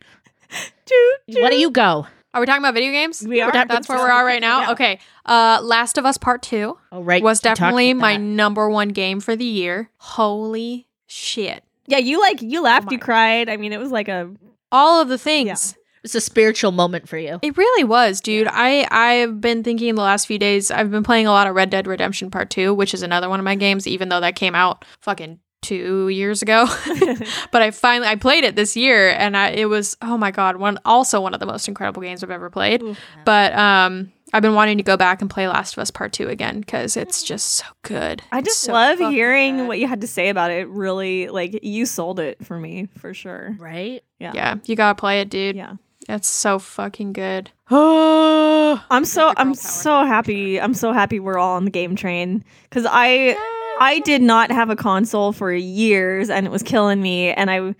A: Choo,
C: Why do
A: choo.
C: you go?
F: are we talking about video games?
A: We are.
F: That's where we're at right now.
A: Yeah.
F: Okay, uh, Last of Us Part Two
C: Oh, right.
F: was
C: you talked
F: definitely
C: about
F: my
C: that.
F: number one game for the year. Holy shit!
A: Yeah, you like
B: Oh
A: you laughed, you
F: my.
A: cried. I mean, it was like a
F: All of the things.
C: It's a spiritual moment for you.
F: It really was, dude. I I've been thinking the last few days. I've been playing a lot of Red Dead Redemption Part 2, which is another one of my games even though that came out fucking 2 years ago. but I finally I played it this year and I it was oh my god, one also one of the most incredible games I've ever played. But um
B: I've been wanting to go back and play Last of Us Part 2 again because it's just so good.
A: I
B: It's
A: just
B: so
A: love
B: fucking
A: hearing
B: good.
A: what you had to say about it. Really, like you sold it for me for sure.
C: Right?
B: Yeah, you gotta play it, dude.
A: Yeah,
B: It's so fucking good. Oh,
A: I'm so
B: the girl
A: I'm
B: power
A: so happy. I'm so happy we're all on the game train because I I did not have a console for years and it was killing me and I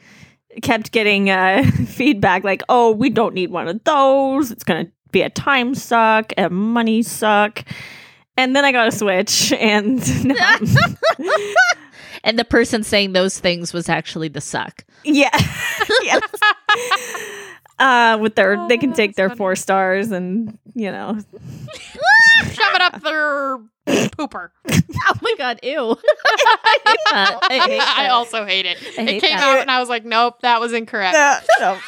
A: kept getting uh, feedback like, "Oh, we don't need one of those. It's gonna be a time suck, a money suck." And then I got a Switch, and now I'm-
C: And the person saying those things was actually the suck.
A: Yeah. yes. Uh, with their, they
C: Oh,
A: can take their four stars and, you know,
F: Shove it up their pooper.
C: Oh my god, ew. I hate that. I hate
F: I
C: that.
F: also hate it.
C: I
F: it
C: hate
F: came
C: that.
F: out and I was like, nope, that was incorrect.
A: no.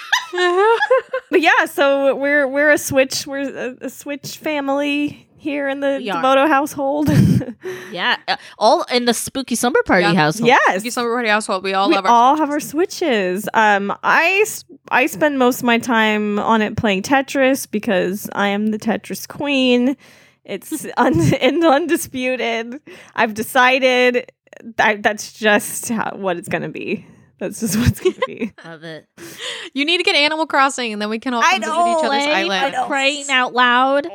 A: but yeah, so we're, we're a Switch, we're a, a Switch family here in the
C: We are.
A: Devoto household.
C: yeah, uh, all in the spooky summer party
F: Yeah.
C: household.
A: yes.
F: You somebody household. We all
A: we
F: love our
A: all have our switches. Um, I s- I spend most of my time on it playing Tetris because I am the Tetris queen. It's un- and undisputed. I've decided that that's just how, what it's gonna be. That's just what's gonna be.
C: Love it.
F: You need to get Animal Crossing, and then we can all come visit each other's island.
C: Praying out loud.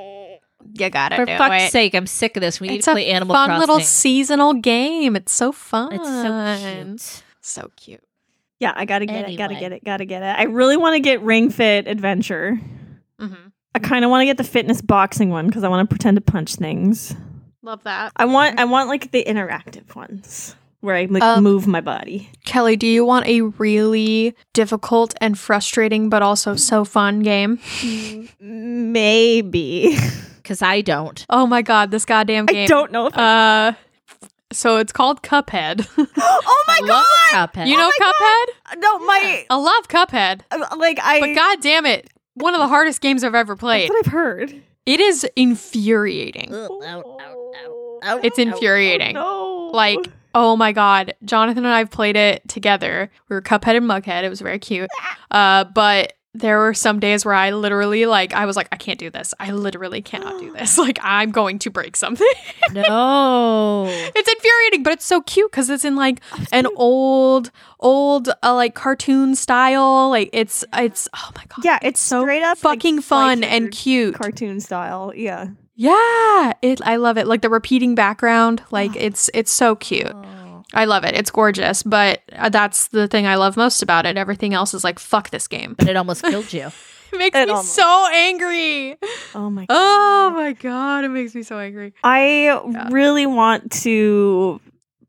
F: You gotta
C: For
F: do
C: fuck's
F: it.
C: sake, I'm sick of this. We need
F: it's
C: to
F: a
C: play Animal
F: fun
C: Crossing.
F: little seasonal game. It's so fun.
C: it's so cute.
F: So cute.
A: Yeah, I gotta get it. Gotta
C: Anyway.
A: get it. Gotta get it. I really want to get Ring Fit Adventure.
F: hmm
A: I kind of want to get the fitness boxing one because I want to pretend to punch things.
B: love that.
A: I want I want like the interactive ones where I like
B: Um,
A: move my body.
B: Kelly, do you want a really difficult and frustrating but also so fun game?
A: Maybe.
C: Because I don't.
B: Oh my god, this goddamn game.
A: I don't know if I-
B: Uh, so it's called Cuphead.
A: Oh my
C: Love
A: god!
C: Cuphead.
F: You know Cuphead?
A: No, my uh,
F: I love Cuphead,
A: like I
F: but god damn it, one of the hardest games I've ever
A: that's
F: played.
A: what I've heard.
F: It is infuriating.
C: Ugh, ow, ow, ow, ow,
F: It's
C: ow.
F: infuriating.
A: No.
F: Like, oh my god, Jonathan and I have played it together. We were Cuphead and Mughead. It was very cute.
A: Ah.
F: Uh, but there were some days where I literally like I was like, I can't do this. I literally cannot do this. Like I'm going to break something.
C: No.
F: it's infuriating, but it's so cute because it's in like an old, old uh, like cartoon style. Like it's it's oh my god,
A: yeah, it's straight up like,
F: fucking fun and
A: sliced
F: cute.
A: cartoon style. Yeah.
F: yeah, it I love it. Like the repeating background, like it's it's so cute.
C: Oh.
F: I love it. It's gorgeous, but uh, that's the thing I love most about it. Everything else is like fuck this game.
C: But it almost killed you.
F: It makes
A: It
F: me
A: almost-
F: so angry.
A: Oh my god.
F: Oh my god, it makes me so angry.
A: I really want to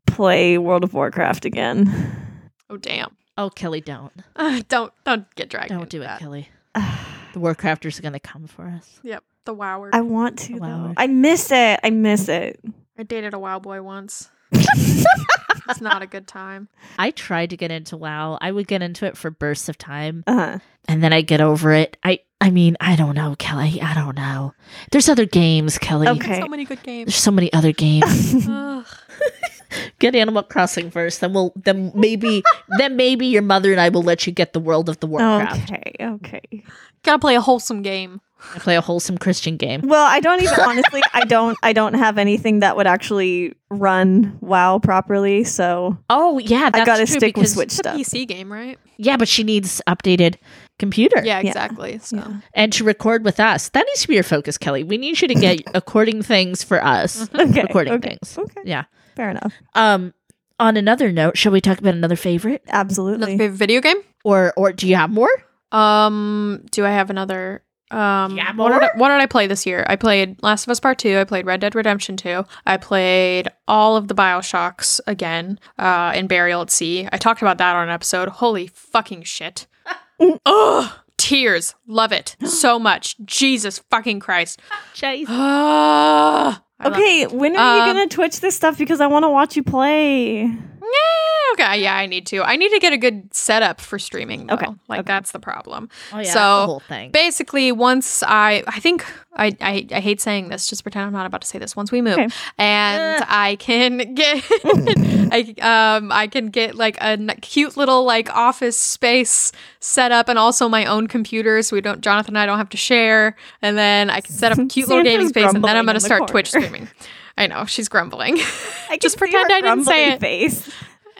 A: play World of Warcraft again.
F: Oh damn.
C: Oh, Kelly, don't.
F: Uh, don't don't get dragged.
C: Don't
F: into
C: do it,
F: that.
C: Kelly.
A: I
C: The Warcrafters are going to come for us.
F: Yep. The wower.
A: want to though.
C: Wow.
A: I miss it. I miss it.
F: I dated a WoW boy once. it's not a good time.
C: I tried to get into WoW. I would get into it for bursts of time,
A: Uh-huh.
C: and then I get over it. I, I mean, I don't know, Kelly. I don't know. There's other games, Kelly.
A: Okay.
F: So many good games.
C: There's so many other games.
F: Ugh.
C: get Animal Crossing first, then we'll then maybe then maybe your mother and I will let you get the World
A: Oh,
C: of the Warcraft.
A: okay. Okay.
F: Gotta play a wholesome game.
C: I play a wholesome Christian game.
A: Well, I don't even honestly. I don't. I don't have anything that would actually run WoW properly. So
C: Oh yeah, that's
A: I gotta
C: true
A: stick with
C: because-
A: Switch
F: It's a
A: stuff.
F: PC game, right?
C: Yeah, but she needs updated computer
F: Yeah,
A: Yeah.
F: exactly. So
A: Yeah.
C: and to record with us. That needs to be your focus, Kelly. We need you to get recording things for us.
A: Okay.
C: recording
A: okay,
C: things.
A: Okay.
C: Yeah.
A: Fair enough.
C: Um on another note, shall we talk about another favorite?
A: Absolutely.
F: another favorite video game?
C: Or or do you have more?
F: Um, do I have another? Um,
C: Yeah,
F: what
C: more?
F: did, I, what did I play this year? I played Last of Us Part Two. I played Red Dead Redemption Two. I played all of the Bioshocks again. Uh, in Burial at Sea. I talked about that on an episode. Holy fucking shit! Ugh, tears. Love it so much. Jesus fucking Christ. Ah.
C: Jesus.
F: Ugh. I love
A: Okay. When are you
F: Um,
A: gonna Twitch this stuff? Because I want to watch you play.
F: Yeah, okay, yeah, I need to. I need to get a good setup for streaming. Though.
A: Okay,
F: like that's the problem.
C: Oh yeah,
F: So,
C: the whole thing.
F: Basically, once I, I think I, I, I hate saying this. Just pretend I'm not about to say this. Once we move,
A: Okay.
F: and
C: Ugh.
F: I can get, I um I can get like a n- cute little like office space set up, and also my own computer, so we don't Jonathan and I don't have to share. And then I can set up a cute little gaming
A: Sandra's
F: space, and then
A: grumbling
F: I'm
A: in
F: gonna
A: the
F: start
A: corner.
F: Twitch streaming. I know she's grumbling.
A: I
F: Just
A: can see
F: pretend
A: her
F: I didn't say
A: grumbly Face.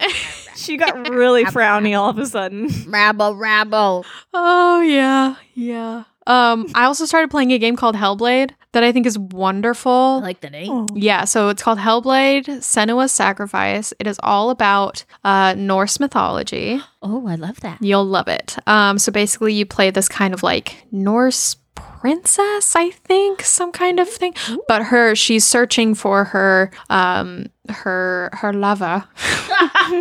A: she got really frowny all of a sudden.
C: Rabble, rabble.
F: Oh yeah, yeah. Um, I also started playing a game called Hellblade that I think is
C: I
F: wonderful.
C: like the name.
A: Oh.
F: yeah, so it's called Hellblade: Senua's Sacrifice. It is all about uh, Norse mythology.
C: Oh, I love that.
F: You'll love it. Um, so basically, you play this kind of like Norse princess, I think, some kind of thing. But her, she's searching for her, um, her, her lover,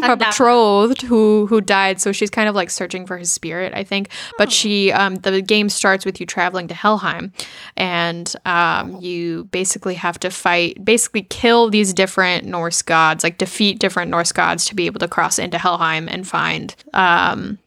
F: her betrothed, who who died. So she's kind of like searching for his spirit, I think. But she, um, the game starts with you traveling to Helheim, and um, you basically have to fight, basically kill these different Norse gods, like defeat different Norse gods to be able to cross into Helheim and find um,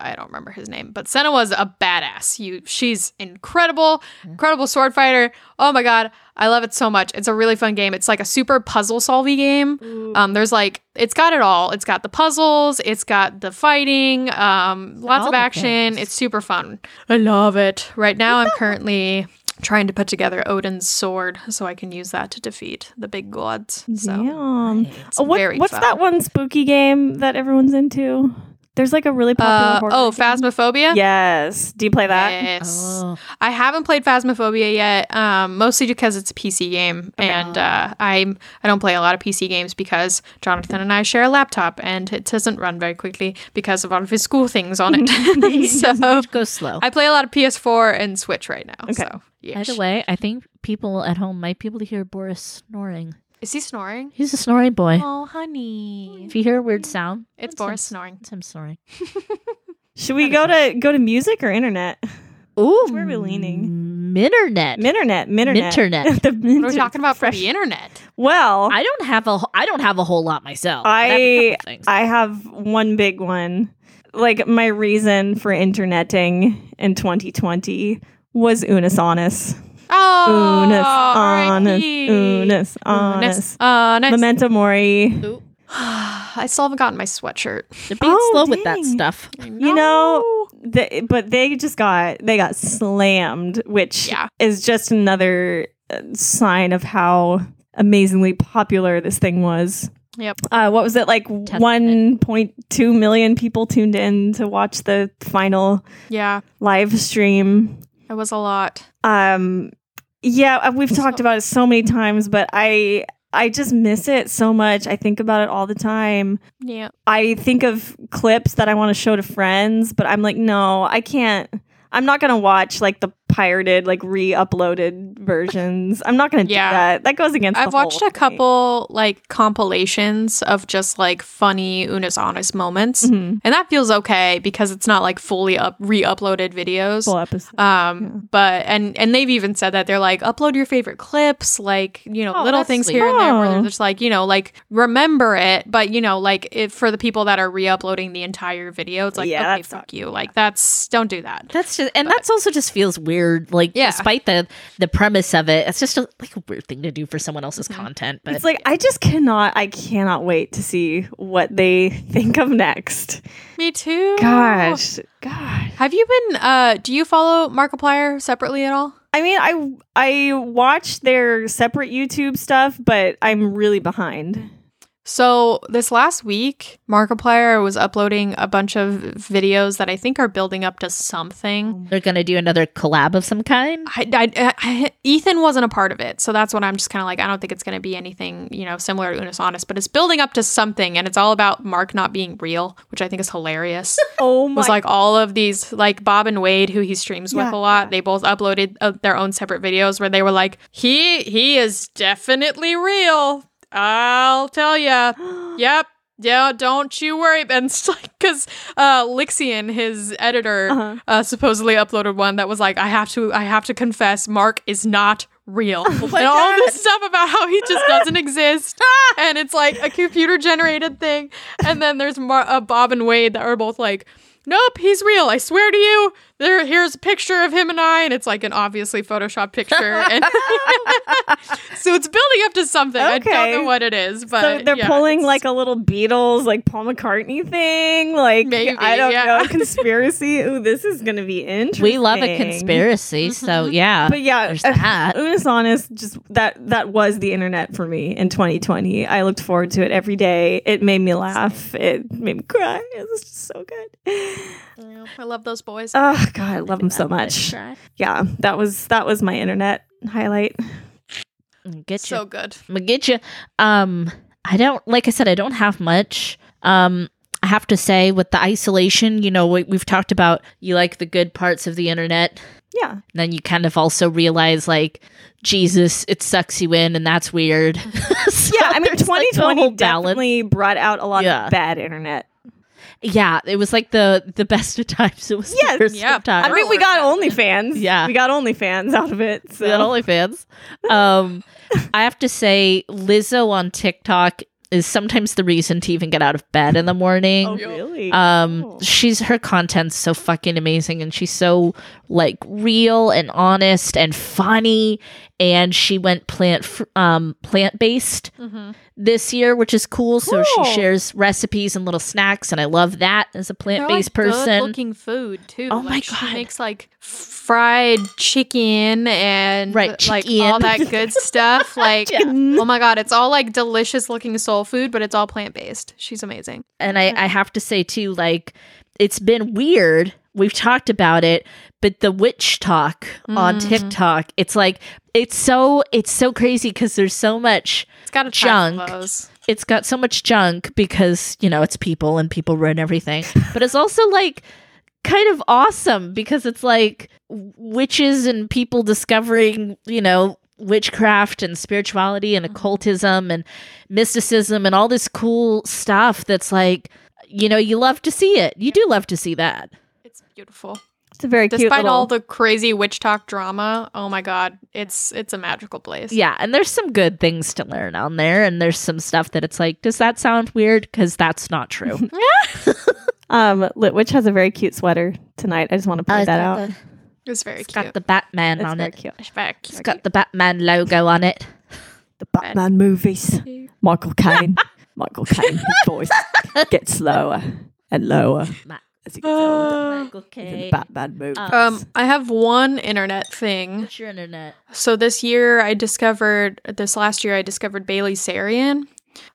F: I don't remember his name, but Senna was a badass. You, she's incredible, incredible sword fighter. Oh my god, I love it so much. It's a really fun game. It's like a super puzzle solving game. Um, there's like it's got it all. It's got the puzzles, it's got the fighting, um, lots
C: all
F: of
C: the
F: action.
C: things.
F: It's super fun. I love it. Right now, I'm currently trying to put together Odin's sword so I can use that to defeat the big gods. So
A: Damn.
F: it's
A: Oh, what-
F: very
A: what's
F: fun.
A: that one spooky game that everyone's into? There's like a really popular
F: Uh,
A: horror
F: oh,
A: game.
F: Phasmophobia.
A: Yes. Do you play that?
F: Yes.
C: Oh,
F: I haven't played Phasmophobia yet, um, mostly because it's a PC game, and uh, I'm I don't play a lot of PC games because Jonathan and I share a laptop, and it doesn't run very quickly because of all of his school things on it. so
C: go slow.
F: I play a lot of PS4 and Switch right now.
A: Okay.
F: So yeah,
C: By the way, I think people at home might be able to hear Boris snoring.
F: is he snoring?
C: He's a snoring boy.
F: Oh, honey,
C: If you hear a weird sound,
F: it's
C: that's
F: Boris
C: him-
F: snoring.
C: That's him snoring.
A: Should we go to go to music or internet?
C: Ooh,
A: where we're leaning.
C: Minternet.
A: Internet, internet,
C: Minternet.
A: the
F: What are we talking about for
A: fresh-
F: the internet?
A: Well,
C: I don't have a. wh- I don't have a whole lot myself. but have a
A: I
C: couple things.
A: I have one big one. Like my reason for interneting in 2020 was Unis Onus.
F: Oh,
A: Unis Onus.
F: R.I.P.
A: Unis
F: Honest.
A: Onus.
F: Honest.
A: Memento Mori.
C: Ooh,
F: uh, I still haven't gotten my sweatshirt.
C: they're being
A: Oh,
C: slow with that
A: dang.
C: stuff.
A: You know, the, but they just got they got slammed, which
F: Yeah.
A: is just another uh, sign of how amazingly popular this thing was.
F: Yep.
A: Uh, what was it like?
C: Testament.
A: One point two million people tuned in to watch the final
F: Yeah,
A: live stream.
F: it was a lot.
A: Um, yeah, uh, we've talked about it so many times, but I I just miss it so much. I think about it all the time.
F: Yeah.
A: I think of clips that I want to show to friends, but I'm like, no, I can't. I'm not gonna watch like the pirated, like re-uploaded versions. I'm not gonna
F: Yeah.
A: do that. That goes against.
F: I've
A: the whole
F: watched a
A: thing.
F: couple like compilations of just like funny Unis Honest moments,
A: Mhm.
F: and that feels okay because it's not like fully up re-uploaded videos.
A: full episodes.
F: um,
A: yeah.
F: but and and they've even said that they're like upload your favorite clips, like you know
C: Oh,
F: little
C: that's
F: things
C: sweet.
F: here and there where they're
A: Oh.
F: just like you know like remember it, but you know like if for the people that are re-uploading the entire video, it's like
A: Yeah,
F: okay,
A: that's
F: fuck you, like that's don't do that.
C: That's just, and that's also just feels weird. Like,
F: Uh, Yeah.
C: despite the the premise of it, it's just a, like a weird thing to do for someone else's
F: Mhm.
C: content. But
A: It's like I just cannot. I cannot wait to see what they think of next.
F: Me too. Oh,
A: Gosh, gosh.
F: Have you been uh do you follow Markiplier separately at all?
A: I mean, I I watch their separate YouTube stuff, but I'm really behind.
F: So this last week, Markiplier was uploading a bunch of videos that I think are building up to something.
C: they're gonna do another collab of some kind.
F: I, I- I- Ethan wasn't a part of it, so that's what I'm just kind of like. I don't think it's going to be anything, you know, similar to Unis Honest, but it's building up to something, and it's all about Mark not being real, which I think is hilarious.
A: Oh my!
F: was like all of these like Bob and Wade who he streams with
A: Yeah,
F: a lot they both uploaded uh, their own separate videos where they were like he he is definitely real I'll tell ya yep yeah don't you worry and it's like cuz uh Lixian his editor
A: Uh-huh.
F: uh, supposedly uploaded one that was like I have to I have to confess Mark is not real and all this stuff about how he just doesn't exist and it's like a computer generated thing and then there's Mar- uh, Bob and Wade that are both like nope he's real I swear to you there here's a picture of him and I, and it's like an obviously Photoshop picture. And so it's building up to something. I don't
A: Okay.
F: know what it is, but
C: Uh,
A: so they're
F: yeah,
A: pulling
F: it's-
A: like a little Beatles, like Paul McCartney thing. Like
F: Maybe,
A: I don't
F: yeah.
A: know, conspiracy. Ooh, this is gonna be interesting.
C: We love a conspiracy, so
F: Mm-hmm.
C: yeah.
A: But yeah,
C: There's that.
A: Unis Honest, just that that was the internet for me in 2020. I looked forward to it every day. It made me laugh. It made me cry. It was just so good.
F: I love those boys.
A: Oh God, I love them so much. Yeah, that was that was my internet highlight.
C: Mm, Get you.
F: so good.
C: I'm gonna get you. Um, I don't like I said, I don't have much. Um, I have to say with the isolation, you know, we, we've talked about you like the good parts of the internet.
A: Yeah,
C: And then you kind of also realize like Jesus, it sucks you in, and that's weird. So
A: yeah. I mean,
C: there's, like, the
A: 2020
C: whole balance.
A: definitely brought out a lot
C: Yeah.
A: of bad internet.
C: Yeah, it was like the the best of times. It was
A: Yeah,
C: the worst
F: yeah.
C: of times.
A: I mean, we got OnlyFans.
C: Yeah.
A: we got OnlyFans out of it. So.
C: We got OnlyFans. Um, I have to say, Lizzo on TikTok is sometimes the reason to even get out of bed in the morning.
A: oh, really?
C: um
A: Oh.
C: she's her content's so fucking amazing and she's so like real and honest and funny and she went plant fr- um plant based
F: Mm-hmm.
C: this year which is cool. so
A: Cool.
C: she shares recipes and little snacks and i love that as a plant-based person
F: looking food too.
C: Oh my
F: Like, she
C: God.
F: makes like fried chicken and
C: Right,
F: like
C: chicken.
F: all that good stuff. Like oh my god, it's all like delicious looking soul food, but it's all plant based. She's amazing.
C: and I, I have to say too like it's been weird we've talked about it but the witch talk on tiktok it's like it's so it's so crazy because there's so much
F: It's got a
C: Junk. it's got so much junk because you know it's people and people ruin everything but it's also like kind of awesome because it's like witches and people discovering you know witchcraft and spirituality
A: Mm-hmm.
C: and occultism and mysticism and all this cool stuff that's like you know you love to see it you do love to see that
F: It's beautiful.
A: it's a very cute
F: Despite
A: little.
F: all the crazy witch talk drama, oh my god, it's it's a magical place.
C: yeah and there's some good things to learn on there and there's some stuff that it's like does that sound weird because that's not true
A: um, Lit Witch has a very cute sweater tonight. I just want to point Oh, that out.
F: It's very
C: it's
F: cute.
C: got the batman
A: It's
C: on
A: very
C: it
A: cute.
F: It's very
C: it's
F: cute.
C: got the batman logo on it
A: The Batman movies. Michael Caine. Michael Caine. His voice gets slower and lower
C: Ma-
A: as he gets older. He's in
C: okay.
A: the Batman movie.
F: um, I have one internet thing.
C: What's your internet?
F: So this year I discovered this last year I discovered Bailey Sarian.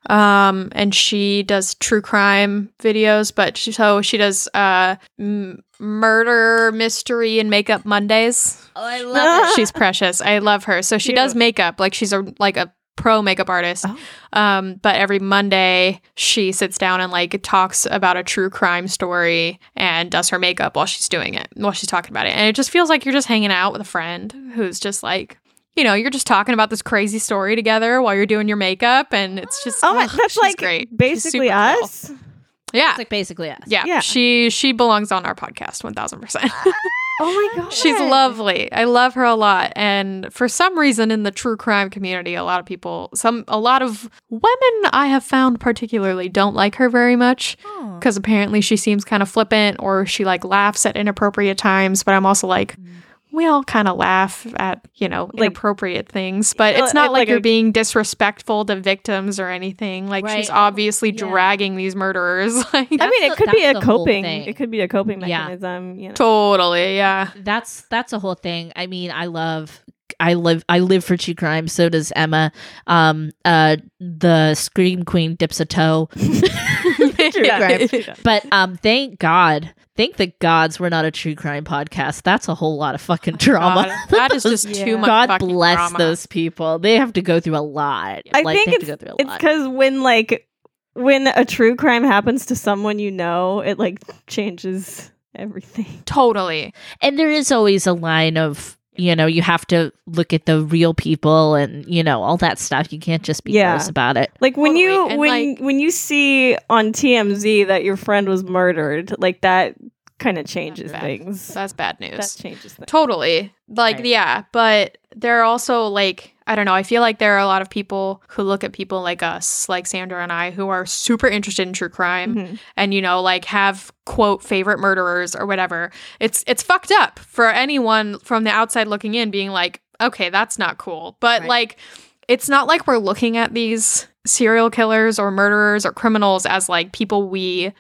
F: Um and she does true crime videos, but she, so she does uh m- murder, mystery and makeup Mondays.
C: Oh, I love
A: love
F: she's precious. I love her. So she does makeup. Like she's a like a pro makeup artist.
A: Oh.
F: Um, but every Monday she sits down and like talks about a true crime story and does her makeup while she's doing it, while she's talking about it. And it just feels like you're just hanging out with a friend who's just like, you know, you're just talking about this crazy story together while you're doing your makeup, and it's just
A: oh, my,
F: ugh,
A: that's
F: she's
A: like
F: great. She's
A: basically
F: super cool.
A: us.
F: Yeah.
C: It's like basically us.
F: yeah,
A: yeah.
F: she she belongs on our podcast one thousand percent.
A: Oh my god.
F: She's lovely. I love her a lot. And for some reason in the true crime community, a lot of people, some a lot of women I have found particularly don't like her very much
A: Oh.
F: because apparently she seems kind of flippant or she like laughs at inappropriate times, but I'm also like we all kind of laugh at, you know,
A: Mm. Like-
F: inappropriate things, but
A: Yeah,
F: it's not
A: it-
F: like,
A: like
F: you're
A: a-
F: being disrespectful to victims or anything. Like she's
C: Right.
F: obviously
C: Yeah.
F: dragging these murderers. Like
A: I mean, it
C: the-
A: could be
C: that's
A: a
C: the whole
A: coping.
C: thing.
A: It could be a coping
C: Yeah.
A: mechanism. You know.
F: totally, yeah.
C: That's that's a whole thing. I mean, I love I live I live for true crime, so does Emma. Um uh the Scream Queen dips a toe.
A: Yeah.
C: But um thank God. Thank the gods we're not a true crime podcast. That's a whole lot of fucking drama.
F: God, that is just too much.
C: God
F: fucking
C: bless
F: drama.
C: those people. They have to go through a lot.
A: I
C: Like, they
A: think
C: have
A: it's
C: to go through a
A: it's
C: lot.
A: because when like when a true crime happens to someone you know, it like changes everything.
F: Totally.
C: and there is always a line of you know you have to look at the real people and you know all that stuff you can't just be
A: Yeah.
C: gross about it
A: Like when you
F: Totally, and,
A: when
F: like-
A: when you see on TMZ that your friend was murdered, like that kind of changes
F: bad.
A: things.
F: That's bad news.
A: That changes things.
F: totally. Like,
C: Right.
F: yeah, but there are also like I don't know. I feel like there are a lot of people who look at people like us, like Sandra and I, who are super interested in true
C: Mm-hmm.
F: crime
A: Mhm.
F: and you know like have quote favorite murderers or whatever. It's it's fucked up for anyone from the outside looking in being like, "Okay, that's not cool." But
C: Right.
F: like it's not like we're looking at these serial killers or murderers or criminals as like people we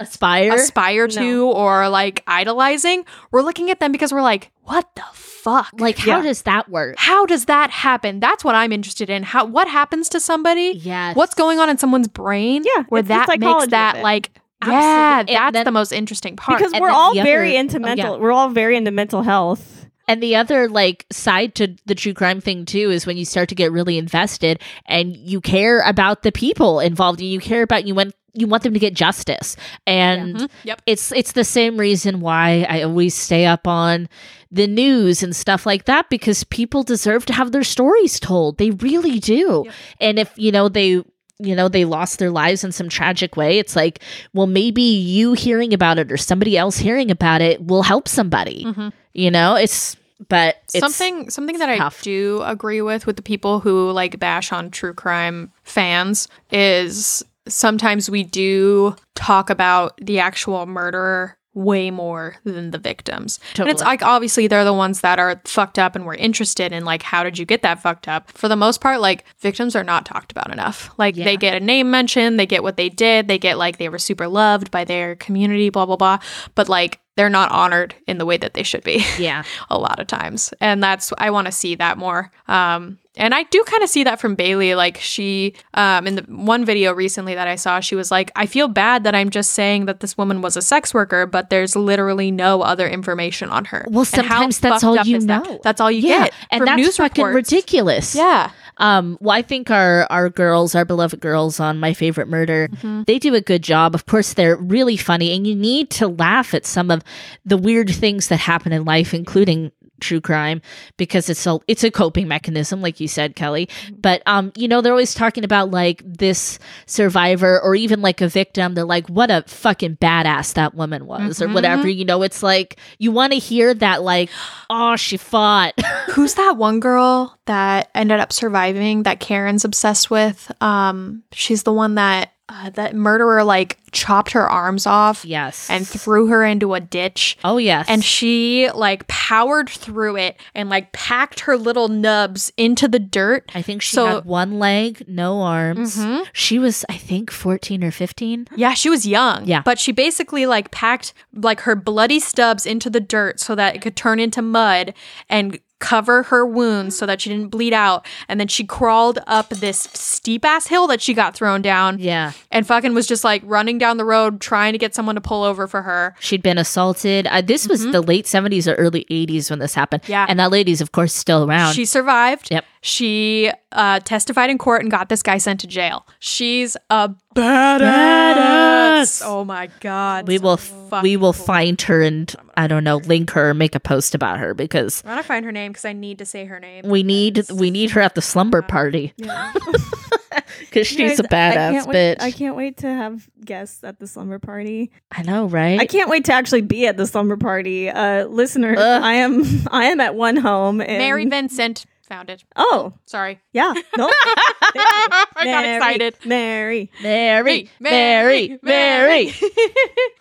C: Aspire.
F: aspire to or like idolizing. We're looking at them because we're like, what the fuck?
C: like, how
A: Yeah.
C: does that work?
F: how does that happen? That's what I'm interested in. How what happens to somebody?
C: Yes.
F: What's going on in someone's brain?
A: Yeah,
F: where
A: it's the
F: that
A: psychology
F: makes
A: of
F: that
A: it.
F: like
C: Absolutely.
F: yeah,
C: And
F: that's
C: then-
F: the most interesting part.
A: because
C: and
A: we're
C: then
A: all
C: the
A: very
C: other-
A: into
C: oh, yeah.
A: mental. We're all very into mental health.
C: And the other like side to the true crime thing too is when you start to get really invested and you care about the people involved and you care about you want you want them to get justice. And
F: Mhm. Yep.
C: it's it's the same reason why I always stay up on the news and stuff like that because people deserve to have their stories told. They really do.
F: Yep.
C: And if you know they you know they lost their lives in some tragic way, it's like, well maybe you hearing about it or somebody else hearing about it will help somebody.
F: Mhm.
C: You know, it's but it's
F: something something that
C: tough.
F: I do agree with with the people who like bash on true crime fans is sometimes we do talk about the actual murderer way more than the victims. And it's
C: Totally.
F: like obviously they're the ones that are fucked up and we're interested in like how did you get that fucked up? For the most part like victims are not talked about enough. Like
C: Yeah.
F: they get a name mentioned, they get what they did, they get like they were super loved by their community blah blah blah, but like they're not honored in the way that they should be
C: yeah.
F: a lot of times and that's i want to see that more um and i do kind of see that from bailey like she um in the one video recently that i saw she was like i feel bad that i'm just saying that this woman was a sex worker but there's literally no other information on her
C: Well,
F: And how
C: sometimes that's
F: fucked
C: all
F: up
C: you
F: is that?
C: know.
F: that's all you
C: Yeah,
F: get
C: and
F: from
C: that's
F: news
C: fucking
F: reports.
C: ridiculous.
F: yeah
C: Um, well, I think our our girls, our beloved girls on My Favorite Murder,
F: Mm-hmm.
C: they do a good job. Of course, they're really funny, and you need to laugh at some of the weird things that happen in life, including true crime, because it's a it's a coping mechanism, like you said, Kelly.
F: Mm-hmm.
C: But um, you know, they're always talking about like this survivor or even like a victim. They're like, "What a fucking badass that woman was,"
F: Mm-hmm,
C: or whatever. You know, it's like you want to hear that, like, "Oh, she fought."
F: who's that one girl that ended up surviving that karen's obsessed with um she's the one that uh, that murderer like chopped her arms off
C: yes,
F: and threw her into a ditch
C: oh yes,
F: and she like powered through it and like packed her little nubs into the dirt.
C: I think she
F: So-
C: had one leg, no arms.
A: Mm-hmm.
F: Mhm.
C: She was, I think, 14 or 15.
F: Yeah, she was young.
C: Yeah.
F: But she basically like packed like her bloody stubs into the dirt so that it could turn into mud and cover her wounds so that she didn't bleed out. And then she crawled up this steep ass hill that she got thrown down
C: Yeah.
F: and fucking was just like running down the road trying to get someone to pull over for her.
C: She'd been assaulted. Uh, this was
A: Mm-hmm.
C: the late 70s or early 80s when this happened.
F: Yeah.
C: And that lady's, of course, still around.
F: She survived.
C: Yep.
F: She uh, testified in court and got this guy sent to jail. She's a badass.
C: Badass.
F: Oh my god.
C: we will
F: fuck.
C: we will find her and I don't know link her or make a post about her because
F: I want to find her name because I need to say her name.
C: we need we need her at the slumber party because
A: Guys,
C: she's a badass
A: I can't
C: bitch.
A: wait- I can't wait to have guests at the slumber party.
C: I know, right?
A: I can't wait to actually be at the slumber party. Uh listeners,
C: Ugh.
A: I am I am at one home in
F: Mary Vincent found it.
A: Oh,
F: Sorry.
A: yeah. No.
F: I got
A: Mary,
F: excited.
A: Mary.
C: Mary, Mary, Mary.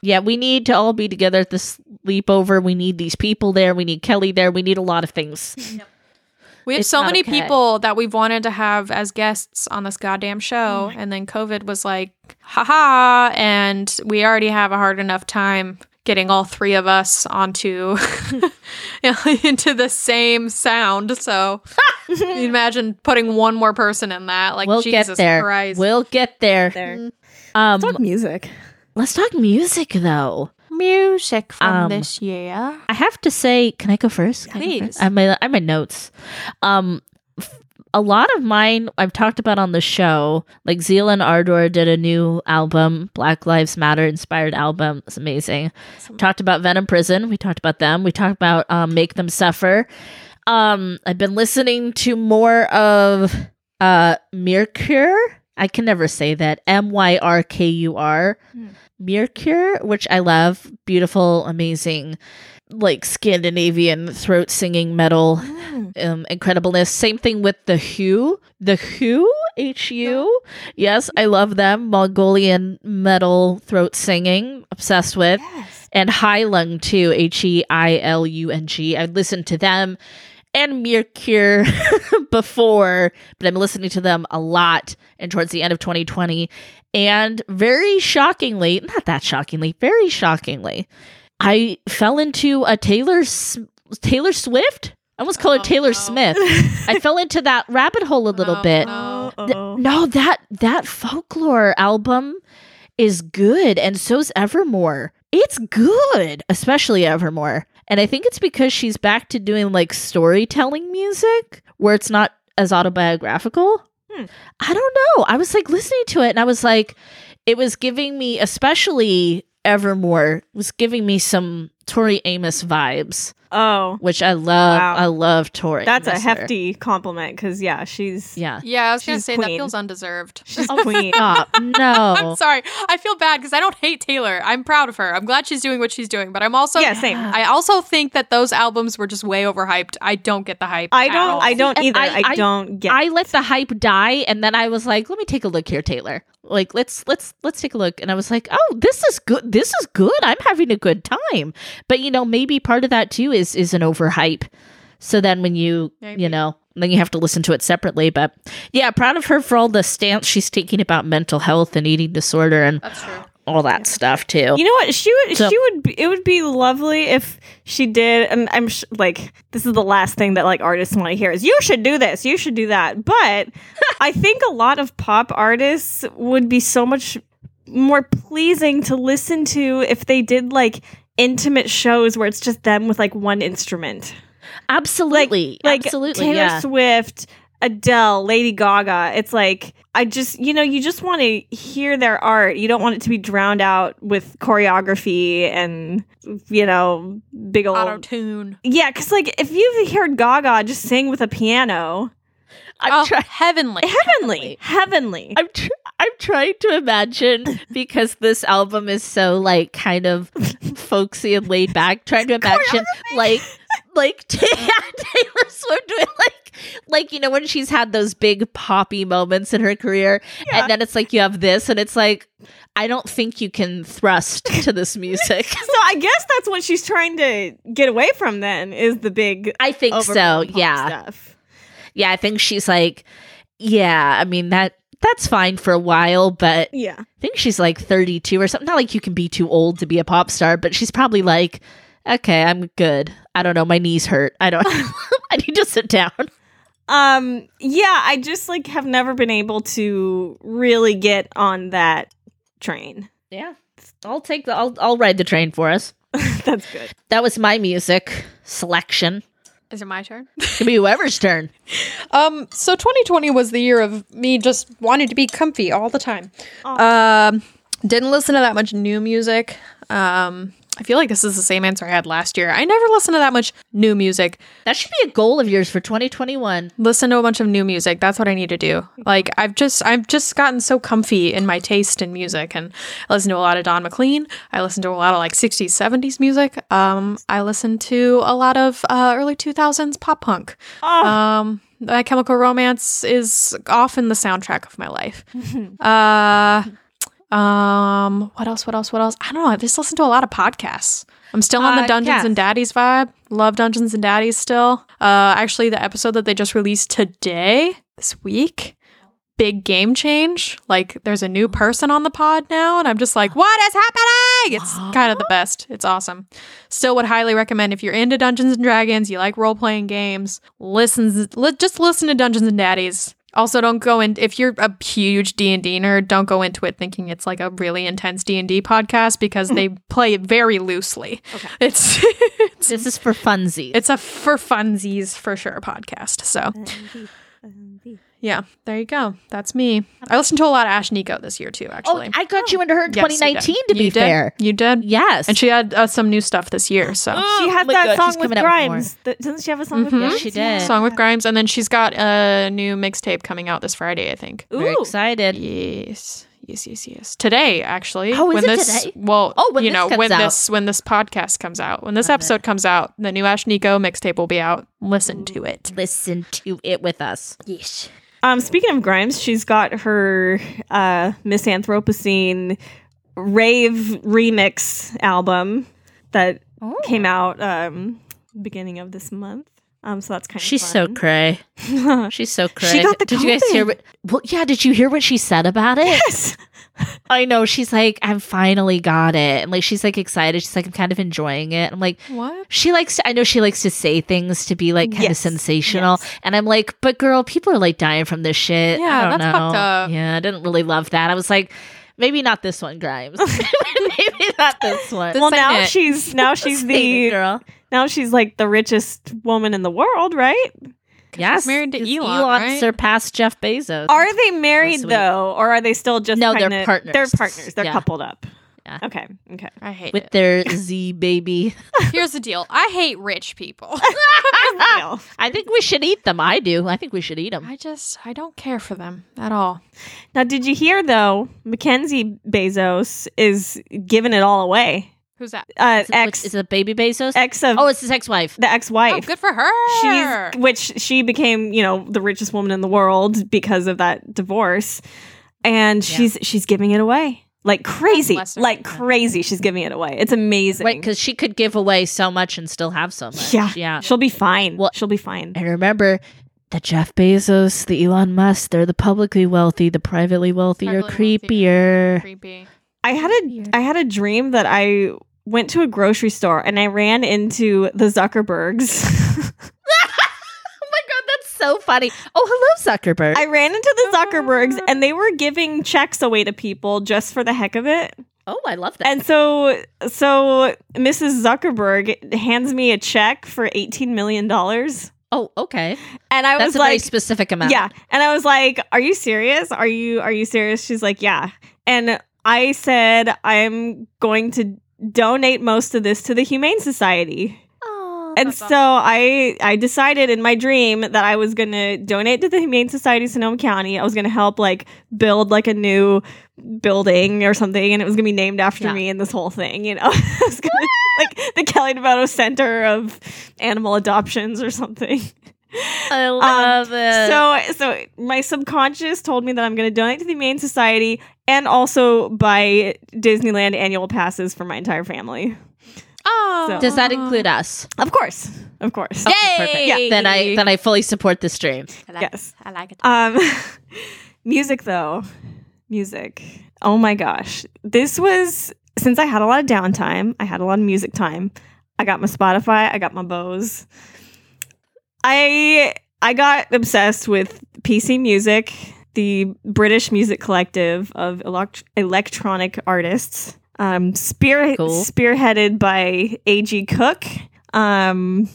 C: Yeah, we need to all be together at the sleepover. We need these people there. We need Kelly there. We need a lot of things.
F: we have
C: It's
F: so
C: not
F: many
C: okay.
F: people that we've wanted to have as guests on this goddamn show,
C: Mm-hmm.
F: and then COVID was like, haha, and we already have a hard enough time getting all three of us onto into the same sound. So imagine putting one more person in that. Like
C: we'll
F: Jesus
C: get there.
F: Christ.
C: We'll get there.
A: There.
C: Um,
A: Talk music.
C: let's talk music though.
F: Music from
C: Um,
F: this year.
C: I have to say, can I go first? Can I go
F: Please.
C: first? I have my I have my notes. Um, f- a lot of mine I've talked about on the show. Like Zeal and Ardor did a new album, Black Lives Matter inspired album. It's amazing. Talked about Venom Prison. We talked about them. We talked about um, Make Them Suffer. Um, I've been listening to more of uh Mercure. I can never say that. M Y R K U R.
B: Mm.
C: Mirkur, which I love. Beautiful, amazing, like Scandinavian throat singing metal. Um, incredibleness. Same thing with the Who. The Who, H U. Yes, I love them. Mongolian metal throat singing. Obsessed with
H: Yes.
C: and High Lung too, H E I L U N G. I listened to them and Mercure before, but I'm listening to them a lot and towards the end of 2020. And very shockingly, not that shockingly, very shockingly, I fell into a Taylor S- Taylor Swift. I almost call her
F: Oh,
C: Taylor
F: no.
C: Smith. I fell into that rabbit hole a little
F: Oh,
C: bit.
F: No.
A: Uh-oh.
C: No, that that folklore album is good, and so's Evermore. It's good, especially Evermore. And I think it's because she's back to doing like storytelling music where it's not as autobiographical.
A: Hmm.
C: I don't know. I was like listening to it and I was like, it was giving me, especially Evermore, was giving me some Tori Amos vibes,
A: Oh,
C: which I love.
A: Wow.
C: I love Tori.
A: that's a
C: Amos here.
A: hefty compliment because yeah, she's
C: Yeah.
F: Yeah, I was gonna
A: She's
F: say that
A: queen.
F: feels undeserved.
A: she's queen.
C: Stop. No.
F: I'm sorry. I feel bad because I don't hate Taylor. I'm proud of her. I'm glad she's doing what she's doing, but I'm also
A: yeah, same.
F: I also think that those albums were just way overhyped. I don't get the hype.
A: I
F: at
A: don't.
F: all.
A: I don't
C: and
A: either.
C: I-
A: I,
C: I-
A: don't get.
C: I let the hype die, and then I was like, "Let me take a look here, Taylor. Like, let's let's let's take a look." And I was like, "Oh, this is good. This is good. I'm having a good time." But you know, maybe part of that too is is an overhype. So then, when you you
F: Maybe.
C: know, then you have to listen to it separately. But yeah, proud of her for all the stance she's taking about mental health and eating disorder and
F: That's true.
C: all that stuff too.
A: You know what? She would.
C: So-
A: she would. Be, it would be lovely if she did. And I'm sh- like, this is the last thing that like artists want to hear is you should do this, you should do that. But I think a lot of pop artists would be so much more pleasing to listen to if they did like intimate shows where it's just them with like one instrument,
C: absolutely,
A: like
C: absolutely,
A: Taylor
C: yeah.
A: Swift. Adele, Lady Gaga. It's like I just, you know, you just want to hear their art. You don't want it to be drowned out with choreography and, you know, big old.
F: Auto tune.
A: yeah, because like if you've heard Gaga just sing with a piano,
C: I'm
F: Oh,
C: try-
F: heavenly.
A: heavenly, heavenly.
C: I'm tr- I'm trying to imagine because this album is so like kind of folksy and laid back. Trying to imagine like like Taylor Swift doing like like you know when she's had those big poppy moments in her career,
A: Yeah.
C: and then it's like you have this, and it's like I don't think you can thrust to this music.
A: so I guess that's what she's trying to get away from. Then is the big.
C: I think so.
A: overpop
C: Yeah,
A: Stuff.
C: yeah. I think she's like, yeah. I mean that that's fine for a while, but
A: Yeah.
C: I think she's like 32 or something. Not like you can be too old to be a pop star, but she's probably like, okay, I'm good. I don't know. My knees hurt. I don't. I need to sit down.
A: Um yeah, I just like have never been able to really get on that train.
C: Yeah, I'll take the. I'll I'll ride the train for us.
A: That's good.
C: That was my music selection.
F: Is it my turn?
C: It be whoever's turn.
F: Um, so 2020 was the year of me just wanting to be comfy all the time. Um, didn't listen to that much new music. Um, I feel like this is the same answer I had last year. I never listened to that much new music.
C: That should be a goal of yours for 2021.
F: Listen to a bunch of new music. That's what I need to do. Like I've just I've just gotten so comfy in my taste in music and I listen to a lot of Don McLean. I listen to a lot of like 60s, 70s music. Um, I listen to a lot of uh, early 2000s pop punk. Um, My Chemical Romance is often the soundtrack of my life. uh, um, what else? What else? What else? I don't know. I just listen to a lot of podcasts. I'm still on the Dungeons and Daddies vibe. Love Dungeons and Daddies still. Uh, actually, the episode that they just released today, this week, big game change. Like, there's a new person on the pod now, and I'm just like, what is happening? It's kind of the best. It's awesome. Still, would highly recommend if you're into Dungeons and Dragons, you like role playing games, listen, li- just listen to Dungeons and Daddies. Also, don't go in if you're a huge D and D nerd. Don't go into it thinking it's like a really intense D and D podcast because they play it very loosely. It's it's
C: This is for funsies.
F: it's a for funsies for sure podcast. So yeah, there you go. That's me. I listened to a lot of Ash Nico this year too,
C: Oh,
F: actually.
C: I got you into her in
F: Yes, you did.
C: 2019. To be
F: You did.
C: fair,
F: you did.
C: yes,
F: And she had uh, some new stuff this year. So
A: She had
C: Oh my
A: that
C: God, she's
A: song with
C: coming up with more. Mm-hmm.
A: Grimes. That- doesn't she have a song with
F: Mhm.
A: Grimes?
C: She did.
F: song with Grimes, and then she's got a new mixtape coming out this Friday, I think.
C: very
A: Ooh.
C: excited.
F: Yes, yes, yes, yes. Today, actually.
C: Oh, is
F: when
C: it
F: this,
C: today?
F: Well,
C: Oh, when
F: you
C: this
F: know,
C: comes
F: when
C: out.
F: this when this podcast comes out, when this
C: Love it.
F: episode comes out, the new Ash Nico mixtape will be out. Listen to it.
C: Listen to it with us. Yes.
A: Um, speaking of Grimes, she's got her uh, Misanthropocene rave remix album that
C: Oh.
A: came out um, beginning of this month. Um, so that's kind of
C: She's so cray.
A: so
C: She's so cray.
A: She got the
C: Did you guys hear?
A: COVID.
C: What, well, yeah. Did you hear what she said about it?
A: yes.
C: I know. She's like, I've finally got it, and like she's like excited. She's like, I'm kind of enjoying it. I'm like,
F: What?
C: She likes to, I know she likes to say things to be like kind of
A: Yes.
C: sensational. And I'm like, but girl, people are like dying from this shit.
F: Yeah,
C: I don't
F: that's
C: know.
F: fucked up.
C: Yeah, I didn't really love that. I was like, maybe not this one, Grimes. maybe not this one.
F: This
A: Well,
F: ain't
A: now
F: it.
A: she's now she's
C: This ain't it,
A: the
C: girl.
A: now she's like the richest woman in the world, right?
C: Yes.
F: married to
C: 'cause
F: Elon, right?
C: surpassed Jeff Bezos.
A: Are they married
C: sweet.
A: though, or are they still just
C: No, they're
A: kinda-
C: partners.
A: They're partners. They're
C: Yeah.
A: coupled up.
C: Yeah.
A: Okay. Okay.
F: I hate
C: with
F: it.
C: their Z baby.
F: Here's the deal. I hate rich people.
A: Well,
C: I think we should eat them. I do. I think we should eat them.
F: I just I don't care for them at all.
A: Now, did you hear though? Mackenzie Bezos is giving it all away.
F: Who's that?
A: Uh,
C: Is it,
A: ex
C: is it baby Bezos?
A: ex of
C: oh, it's his ex-wife.
A: the ex
F: Oh,
A: wife.
F: good for her.
A: She's which she became, you know, the richest woman in the world because of that divorce, and
C: Yeah.
A: she's she's giving it away like crazy,
F: bless her.
A: like crazy. She's giving it away. It's amazing.
C: Right, because she could give away so much and still have so much.
A: Yeah.
C: Yeah.
A: she'll be fine.
C: Well-
A: she'll be fine.
C: And remember, the Jeff Bezos, the Elon Musk, they're the publicly wealthy. The privately wealthy are
F: Privately wealthy.
C: creepier.
F: creepy.
A: I had a I had a dream that I went to a grocery store and I ran into the Zuckerbergs.
C: Oh my God, that's so funny. Oh, hello, Zuckerberg.
A: I ran into the Zuckerbergs and they were giving checks away to people just for the heck of it.
C: oh, I love that.
A: And so so Mrs. Zuckerberg hands me a check for 18 million dollars
C: oh, okay.
A: and I
C: That's
A: was
C: a very
A: like
C: specific amount.
A: Yeah. And I was like, "Are you serious? Are you are you serious?" She's like, "Yeah." And I said, "I'm going to donate most of this to the Humane Society."
C: Oh,
A: and so I I decided in my dream that I was going to donate to the Humane Society of Sonoma County. I was going to help like build like a new building or something and it was going to be named after
C: Yeah.
A: me and this whole thing, you know. I was gonna, like the Kelly DeVoto Center of Animal Adoptions or something.
C: I love it.
A: So, so my subconscious told me that I'm going to donate to the Humane Society and also buy Disneyland annual passes for my entire family.
F: Oh,
A: So-
C: Does that include us?
A: Of course, of course.
C: Perfect. Then I then I fully support this dream.
F: I like
A: Yes.
F: it. I like it.
A: Um, music though, music. Oh my gosh, this was since I had a lot of downtime. I had a lot of music time. I got my Spotify. I got my Bose. I I got obsessed with PC Music, the British music collective of elect- electronic artists, um, spear-
C: Cool.
A: spearheaded by A.G. Cook, um,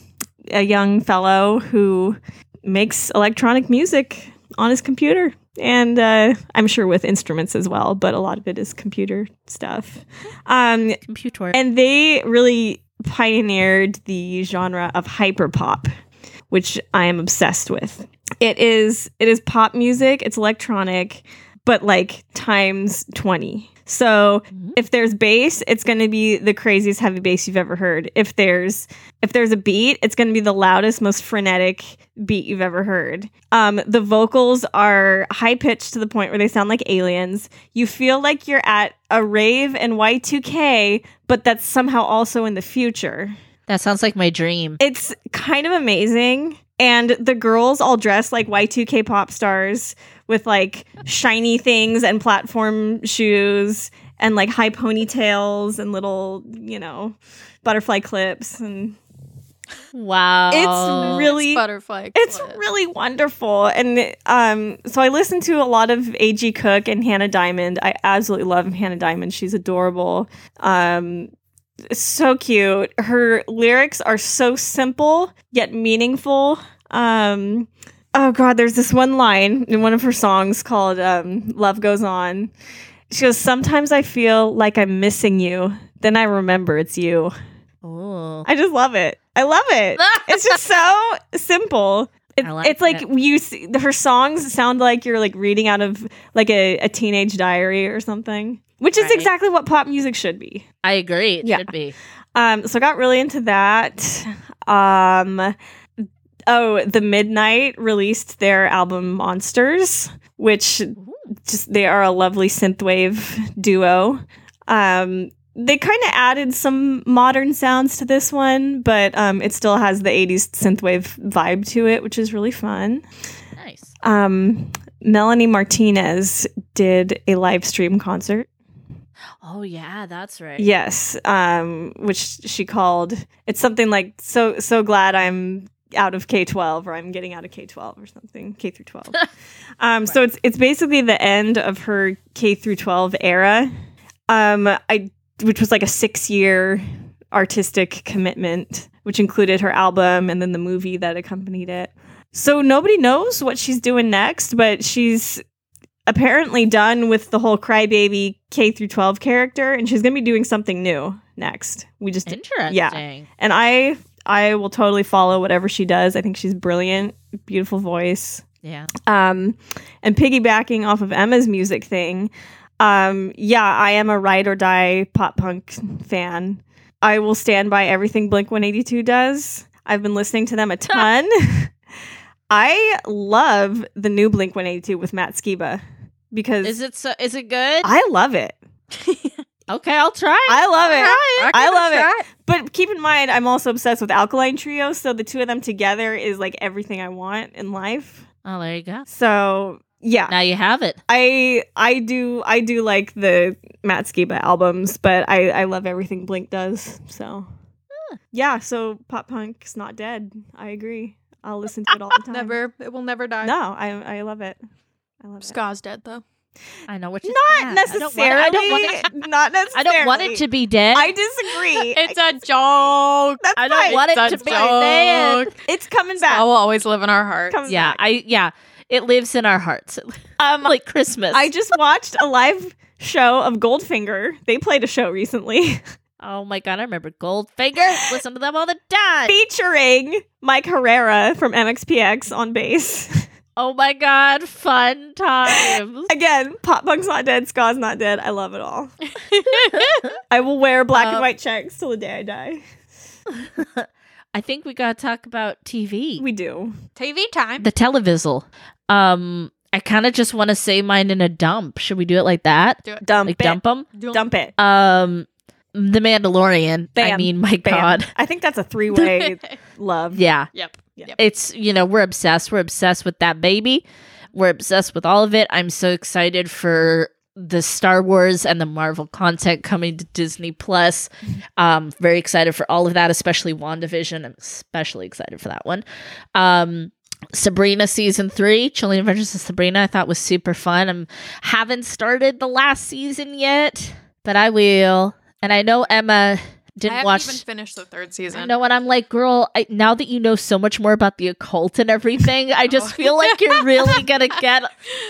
A: a young fellow who makes electronic music on his computer. And uh, I'm sure with instruments as well, but a lot of it is computer stuff. Um,
C: Computer.
A: and they really pioneered the genre of hyperpop, which I am obsessed with. It is it is pop music, it's electronic, but like times 20. So
C: Mhm.
A: if there's bass, it's going to be the craziest heavy bass you've ever heard. If there's if there's a beat, it's going to be the loudest, most frenetic beat you've ever heard. Um, the vocals are high pitched to the point where they sound like aliens. You feel like you're at a rave in Y2K, but that's somehow also in the future.
C: that sounds like my dream.
A: It's kind of amazing. And the girls all dress like Y2K pop stars with like shiny things and platform shoes and like high ponytails and little, you know, butterfly clips. And
C: Wow.
A: it's really
F: butterfly.
A: it's
F: clip.
A: really wonderful. And um, so I listen to a lot of A.G. Cook and Hannah Diamond. I absolutely love Hannah Diamond. She's adorable. Um, so cute. Her lyrics are so simple yet meaningful. Um, oh god, there's this one line in one of her songs called um, "Love Goes On." She goes, "Sometimes I feel like I'm missing you, then I remember it's you."
C: Oh,
A: I just love it. I love it. it's just so simple. It-
C: I like
A: it's like
C: it.
A: you see, her songs sound like you're like reading out of like a, a teenage diary or something, which is
C: Right.
A: exactly what pop music should be.
C: I agree. It
A: Yeah.
C: should be.
A: Um, so I got really into that. Um, oh, the Midnight released their album Monsters, which just they are a lovely synthwave duo. Um, they kind of added some modern sounds to this one, but um, it still has the 80s synthwave vibe to it, which is really fun.
C: Nice.
A: Um, Melanie Martinez did a live stream concert.
C: Oh yeah, that's right.
A: Yes, um, which she called it's something like so so glad I'm out of K twelve or I'm getting out of K twelve or something K through twelve. um, So it's it's basically the end of her K through twelve era, um, I which was like a six year artistic commitment, which included her album and then the movie that accompanied it. So nobody knows what she's doing next, but she's apparently done with the whole crybaby K through 12 character and she's going to be doing something new next. We just
C: Interesting.
A: and I I will totally follow whatever she does. I think she's brilliant, beautiful voice
C: Yeah.
A: um, and piggybacking off of Emma's music thing, um, yeah, I am a ride or die pop punk fan. I will stand by everything Blink 182 does. I've been listening to them a ton. I love the new Blink 182 with Matt Skiba because
C: Is it so? Is it good?
A: I love it.
C: okay, I'll try.
A: I love it. I
B: give it a
A: love it.
B: shot.
A: But keep in mind, I'm also obsessed with Alkaline Trio, so the two of them together is like everything I want in life.
C: oh, there you go.
A: So yeah,
C: Now you have it.
A: I I do I do like the Matt Skiba albums, but I I love everything Blink does. So yeah, so pop punk's not dead. I agree. I'll listen to it all the time.
B: Never. It will never die.
A: No, I I love it. I love it.
B: Ska's dead though.
C: I know what you.
A: Not necessarily.
C: I don't want it.
A: not necessarily.
C: I don't want it to be dead.
A: I disagree.
F: It's a joke.
A: That's
C: I don't
A: fine.
C: want it
F: It's a
C: to be dead.
F: joke.
A: It's coming
F: I
A: back.
F: will always live in our hearts.
A: Coming
C: yeah.
A: back.
C: I yeah. It lives in our hearts. Um, like Christmas.
A: I just watched a live show of Goldfinger. They played a show recently.
C: oh my god, I remember Goldfinger. Listen to them all the time.
A: featuring Mike Herrera from MXPX on bass.
C: Oh my god, fun times.
A: Again, pop punk's not dead, ska's not dead. I love it all. I will wear black and
C: Um,
A: white checks till the day I die.
C: I think we gotta talk about TV.
A: We do.
B: TV time.
C: the televisal. Um, I kind of just want to say mine in a dump. Should we do it like that?
A: Dump
C: Like
A: it.
C: dump 'em?
A: Dump it.
C: Um, The Mandalorian. I
A: Bam.
C: mean, my
A: Bam.
C: god.
A: I think that's a three way love.
C: Yeah.
F: Yep.
C: It's, you know, we're obsessed. We're obsessed with that baby. We're obsessed with all of it. I'm so excited for the Star Wars and the Marvel content coming to Disney Plus. Um, very excited for all of that, especially WandaVision. I'm especially excited for that one. Um, Sabrina season three, Chilling Adventures of Sabrina, I thought was super fun. I'm haven't started the last season yet, but I will. And I know Emma
F: I
C: didn't
F: haven't
C: watch
F: even finished the third
C: I
F: season.
C: know, and I'm like, girl, I, now that you know so much more about the occult and everything,
F: Oh,
C: I just feel like you're really gonna get,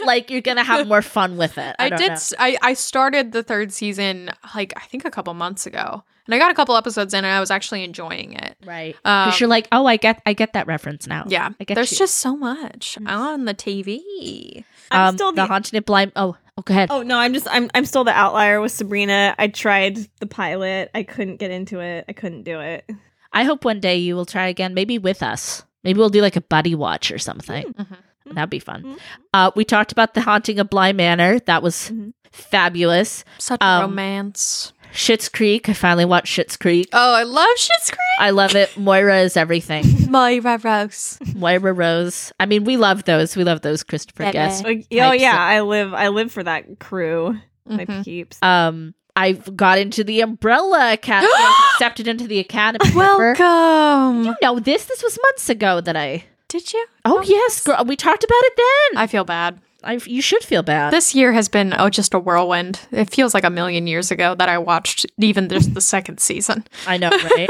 C: like, you're gonna have more fun with it. I,
F: I,
C: don't
F: did.
C: know.
F: s I I I started the third season like I think a couple months ago, and I got a couple episodes in, and I was actually enjoying it.
C: right?
F: Um,
C: Because you're like, oh, I get, I get that reference now.
F: Yeah,
C: Oh, I get
F: there's
C: you. Mm.
F: just so much on the TV.
A: I'm
C: um,
A: still
C: the,
A: the,
C: haunted and blind. Oh, oh, go ahead.
A: Oh no, I'm just I'm I'm still the outlier with Sabrina. I tried the pilot. I couldn't get into it. I couldn't do it.
C: I hope one day you will try again, maybe with us. Maybe we'll do like a buddy watch or something.
F: Mhm.
C: That'd be fun.
A: Mhm.
C: Uh, we talked about the haunting of Blind Manor. That was
F: Mm-hmm.
A: Mhm.
C: fabulous.
F: Such
C: Um,
F: romance.
C: Schitt's Creek. I finally watched Schitt's Creek.
F: Oh, I love Shit's Creek.
C: I love it. Moira is everything.
B: Moira Rose.
C: Moira Rose. I mean, we love those. We love those Christopher
B: Bebe.
C: Guest.
A: Like, oh
C: Types
A: yeah,
C: of-
A: I live I live for that crew. My
F: Mhm.
A: peeps.
C: Um, I got into the Umbrella Academy. I was accepted into the Academy. remember?
F: Welcome.
C: You know this. This was months ago that I.
F: Did you?
C: Oh yes, girl. We talked about it then.
F: I feel bad.
C: I, you should feel bad.
F: This year has been oh just a whirlwind. It feels like a million years ago that I watched even just the second season.
C: I know, right?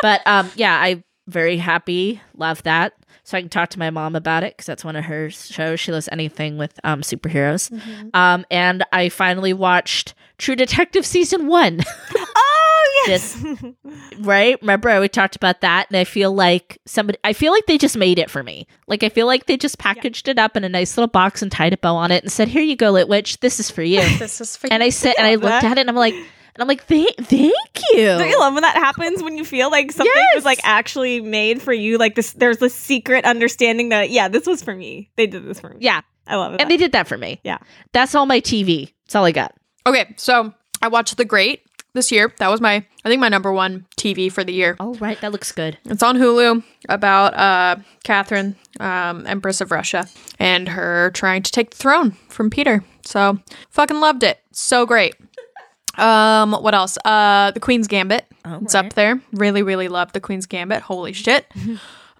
C: but um, yeah, I'm very happy. Love that. so I can talk to my mom about it because that's one of her shows. She loves anything with um, superheroes. Um, and I finally watched True Detective season one.
A: Oh yes.
C: right? Remember, I we talked about that, and I feel like somebody. I feel like they just made it for me. Like I feel like they just packaged it up in a nice little box and tied a bow on it and said, "Here you go, Lit Witch. This is for you."
F: This is for
C: and I said, and I looked
A: that.
C: at it, and I'm like, and I'm like, "Thank, thank
A: Don't
C: you."
A: you love when that happens when you feel like something was like actually made for you? Like this, there's this secret understanding that yeah, this was for me. They did this for me.
C: Yeah,
A: I love it.
C: and they did that for me.
A: Yeah.
C: that's all my TV. That's all I got.
F: Okay, so I watched The Great this year. That was my, I think, my number one TV for the year.
C: All right, that looks good.
F: It's on Hulu about uh, Catherine, um, Empress of Russia, and her trying to take the throne from Peter. So fucking loved it. So great. Um, what else? Uh, The Queen's Gambit. it's up there. Really, really loved The Queen's Gambit. Holy shit.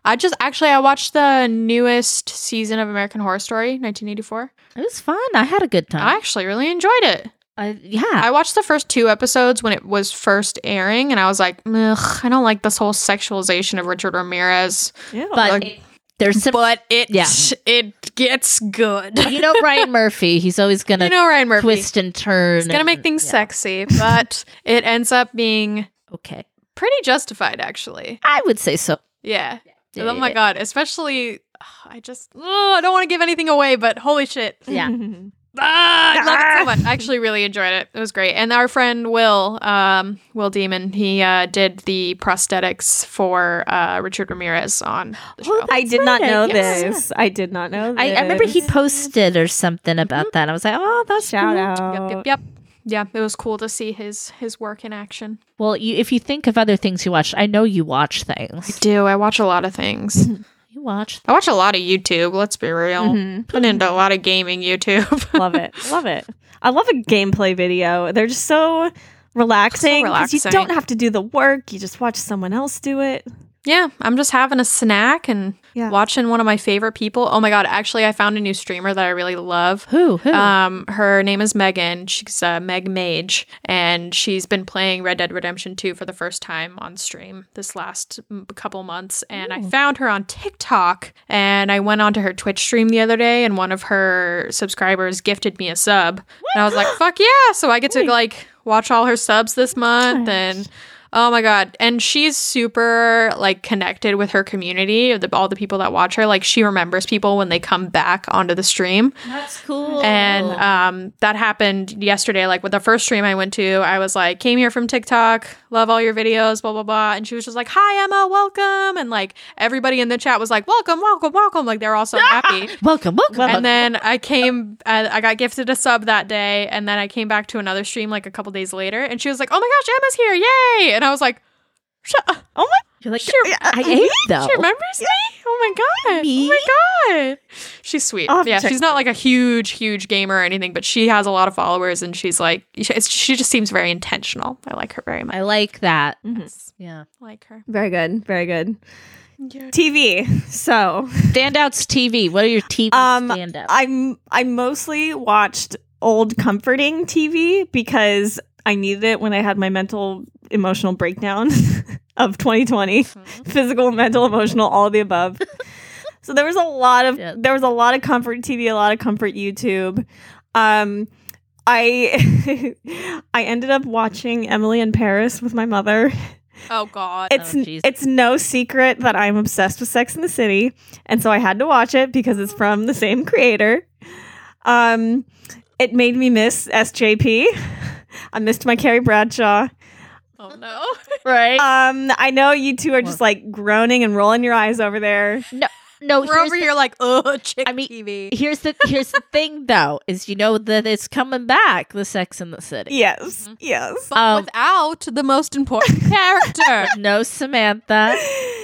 F: I just actually I watched the newest season of American Horror Story, 1984.
C: It was fun. I had a good
F: I
C: time.
F: actually really enjoyed it.
C: I, yeah,
F: I watched the first two episodes when it was first airing, and I was like, Ugh, I don't like this whole sexualization of Richard Ramirez.
A: Ew.
C: but it- there's some.
F: But it
C: Yeah.
F: it gets good.
C: you know Ryan Murphy. He's always gonna
F: you know Ryan Murphy.
C: twist and turn.
F: it's gonna
C: and-
F: make things
C: yeah.
F: sexy, but it ends up being
C: Okay,
F: pretty justified, actually.
C: I would say so.
F: Yeah.
C: Yeah,
F: oh
C: yeah,
F: my
C: yeah.
F: god, especially. I just oh, I don't want to give anything away, but holy shit!
C: Yeah.
F: Ah, I loved it so much. I actually really enjoyed it. It was great. And our friend Will, um, Will Demon, he uh, did the prosthetics for uh, Richard Ramirez on the show.
A: I did not
C: right, I
A: know
C: guess.
A: this. I did not know. This.
C: I, I remember he posted or something about that. I was like, oh, that's
A: shout
C: cool.
A: out.
F: Yep,
C: Oh.
F: yep, yep. Yeah, it was cool to see his his work in action.
C: Well, you, if you think of other things you watched, I know you watch things.
F: Do I watch a lot of things?
C: You watch.
F: I watch a lot of YouTube. Let's be real. Put into a lot of gaming YouTube.
A: love it. Love it. I love a gameplay video. They're just so relaxing because
F: relaxing.
A: you don't have to do the work. You just watch someone else do it.
F: Yeah, I'm just having a snack and
A: Yeah.
F: watching one of my favorite people. Oh my god, actually I found a new streamer that I really love.
C: Who? Who?
F: Um her name is Megan. She's uh, Meg Mage and she's been playing Red Dead Redemption 2 for the first time on stream this last m- couple months and I found her on TikTok and I went onto her Twitch stream the other day and one of her subscribers gifted me a sub. And I was like, "Fuck yeah." So I get to like watch all her subs this month and Oh my god! And she's super like connected with her community, the, all the people that watch her. Like she remembers people when they come back onto the stream,
C: that's cool.
F: and
C: Oh.
F: um, that happened yesterday. Like with the first stream I went to, I was like, "Came here from TikTok, love all your videos, blah blah blah." And she was just like, "Hi Emma, welcome!" And like everybody in the chat was like, "Welcome, welcome, welcome!" Like they're all so happy.
C: welcome, welcome.
F: And then I came, I, I got gifted a sub that day, and then I came back to another stream like a couple days later, and she was like, "Oh my gosh, Emma's here! Yay!" And I was like, uh,
A: Oh my! uh,
C: You're like,
F: She,
C: I ate though.
F: she remembers me? Oh my god!
C: Me?
F: Oh my god! She's sweet.
A: I'll have to
F: Yeah,
A: check
F: she's not like a huge, huge gamer or anything, but she has a lot of followers, and she's like, she, it's- she just seems very intentional. I like her very much.
C: I like that.
A: Mhm.
C: Yeah.
F: I like her.
A: Very good. Very good. TV. So
C: Standouts TV. What are your TV
A: Um,
C: standouts?
A: I'm I mostly watched old comforting TV because I needed it when I had my mental emotional breakdown of 2020. Physical, mental, emotional, all of the above. so there was a lot of
C: Yes.
A: there was a lot of comfort TV, a lot of comfort YouTube. Um I I ended up watching Emily in Paris with my mother
F: Oh god!
A: it's
C: Oh, geez.
A: it's no secret that I'm obsessed with Sex in the City, and so I had to watch it because it's from the same creator. Um, it made me miss SJP. I missed my Carrie Bradshaw.
F: oh no!
C: right.
A: Um, I know you two are just like groaning and rolling your eyes over there.
C: no,
F: We're
C: here's
F: over here like, oh, chick
C: I mean-
F: TV.
C: the, here's the here's the thing though is you know that it's coming back. The Sex in the City.
A: Yes, yes.
F: But
C: Um,
F: without the most important character.
C: no Samantha.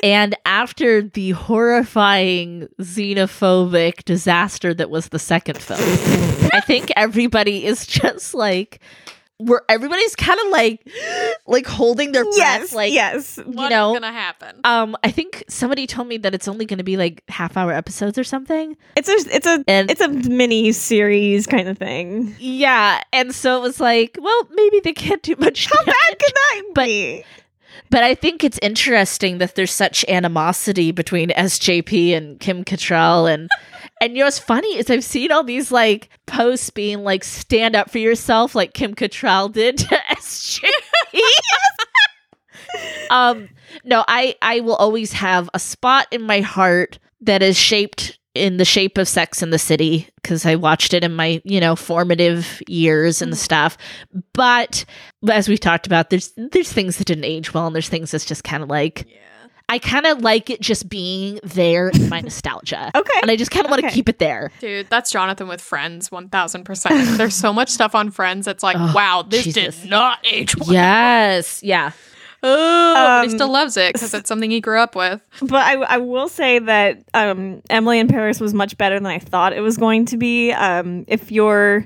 C: And after the horrifying xenophobic disaster that was the second film, I think everybody is just like, we're everybody's kind of like, like holding their breath,
A: Yes,
C: like
A: yes.
C: you
F: What's
C: know.
F: gonna happen?
C: um, I think somebody told me that it's only going to be like half hour episodes or something,
A: It's a it's a
C: and
A: it's a mini series kind of thing.
C: yeah, and so it was like, well, maybe they can't do much.
A: How
C: damage.
A: bad could that
C: But-
A: be?
C: But I think it's interesting that there's such animosity between SJP and Kim Cattrall, and and you know what's funny is I've seen all these like posts being like stand up for yourself, like Kim Cattrall did to SJP. um, no, I I will always have a spot in my heart that is shaped in the shape of Sex in the City because I watched it in my you know formative years
A: Mm.
C: and stuff, but as we've talked about, there's there's things that didn't age well, and there's things that's just kind of like I kind of like it just being there in my nostalgia,
A: Okay.
C: and I just kind of want to
A: Okay.
C: keep it there.
F: Dude, that's Jonathan with Friends, 1000%. There's so much stuff on Friends that's like,
C: Oh,
F: wow, this
C: Jesus.
F: did not age well.
C: Yes, yeah.
F: Oh, but he
A: Um,
F: still loves it because it's something he grew up with.
A: But I, I will say that um, Emily in Paris was much better than I thought it was going to be. Um, if you're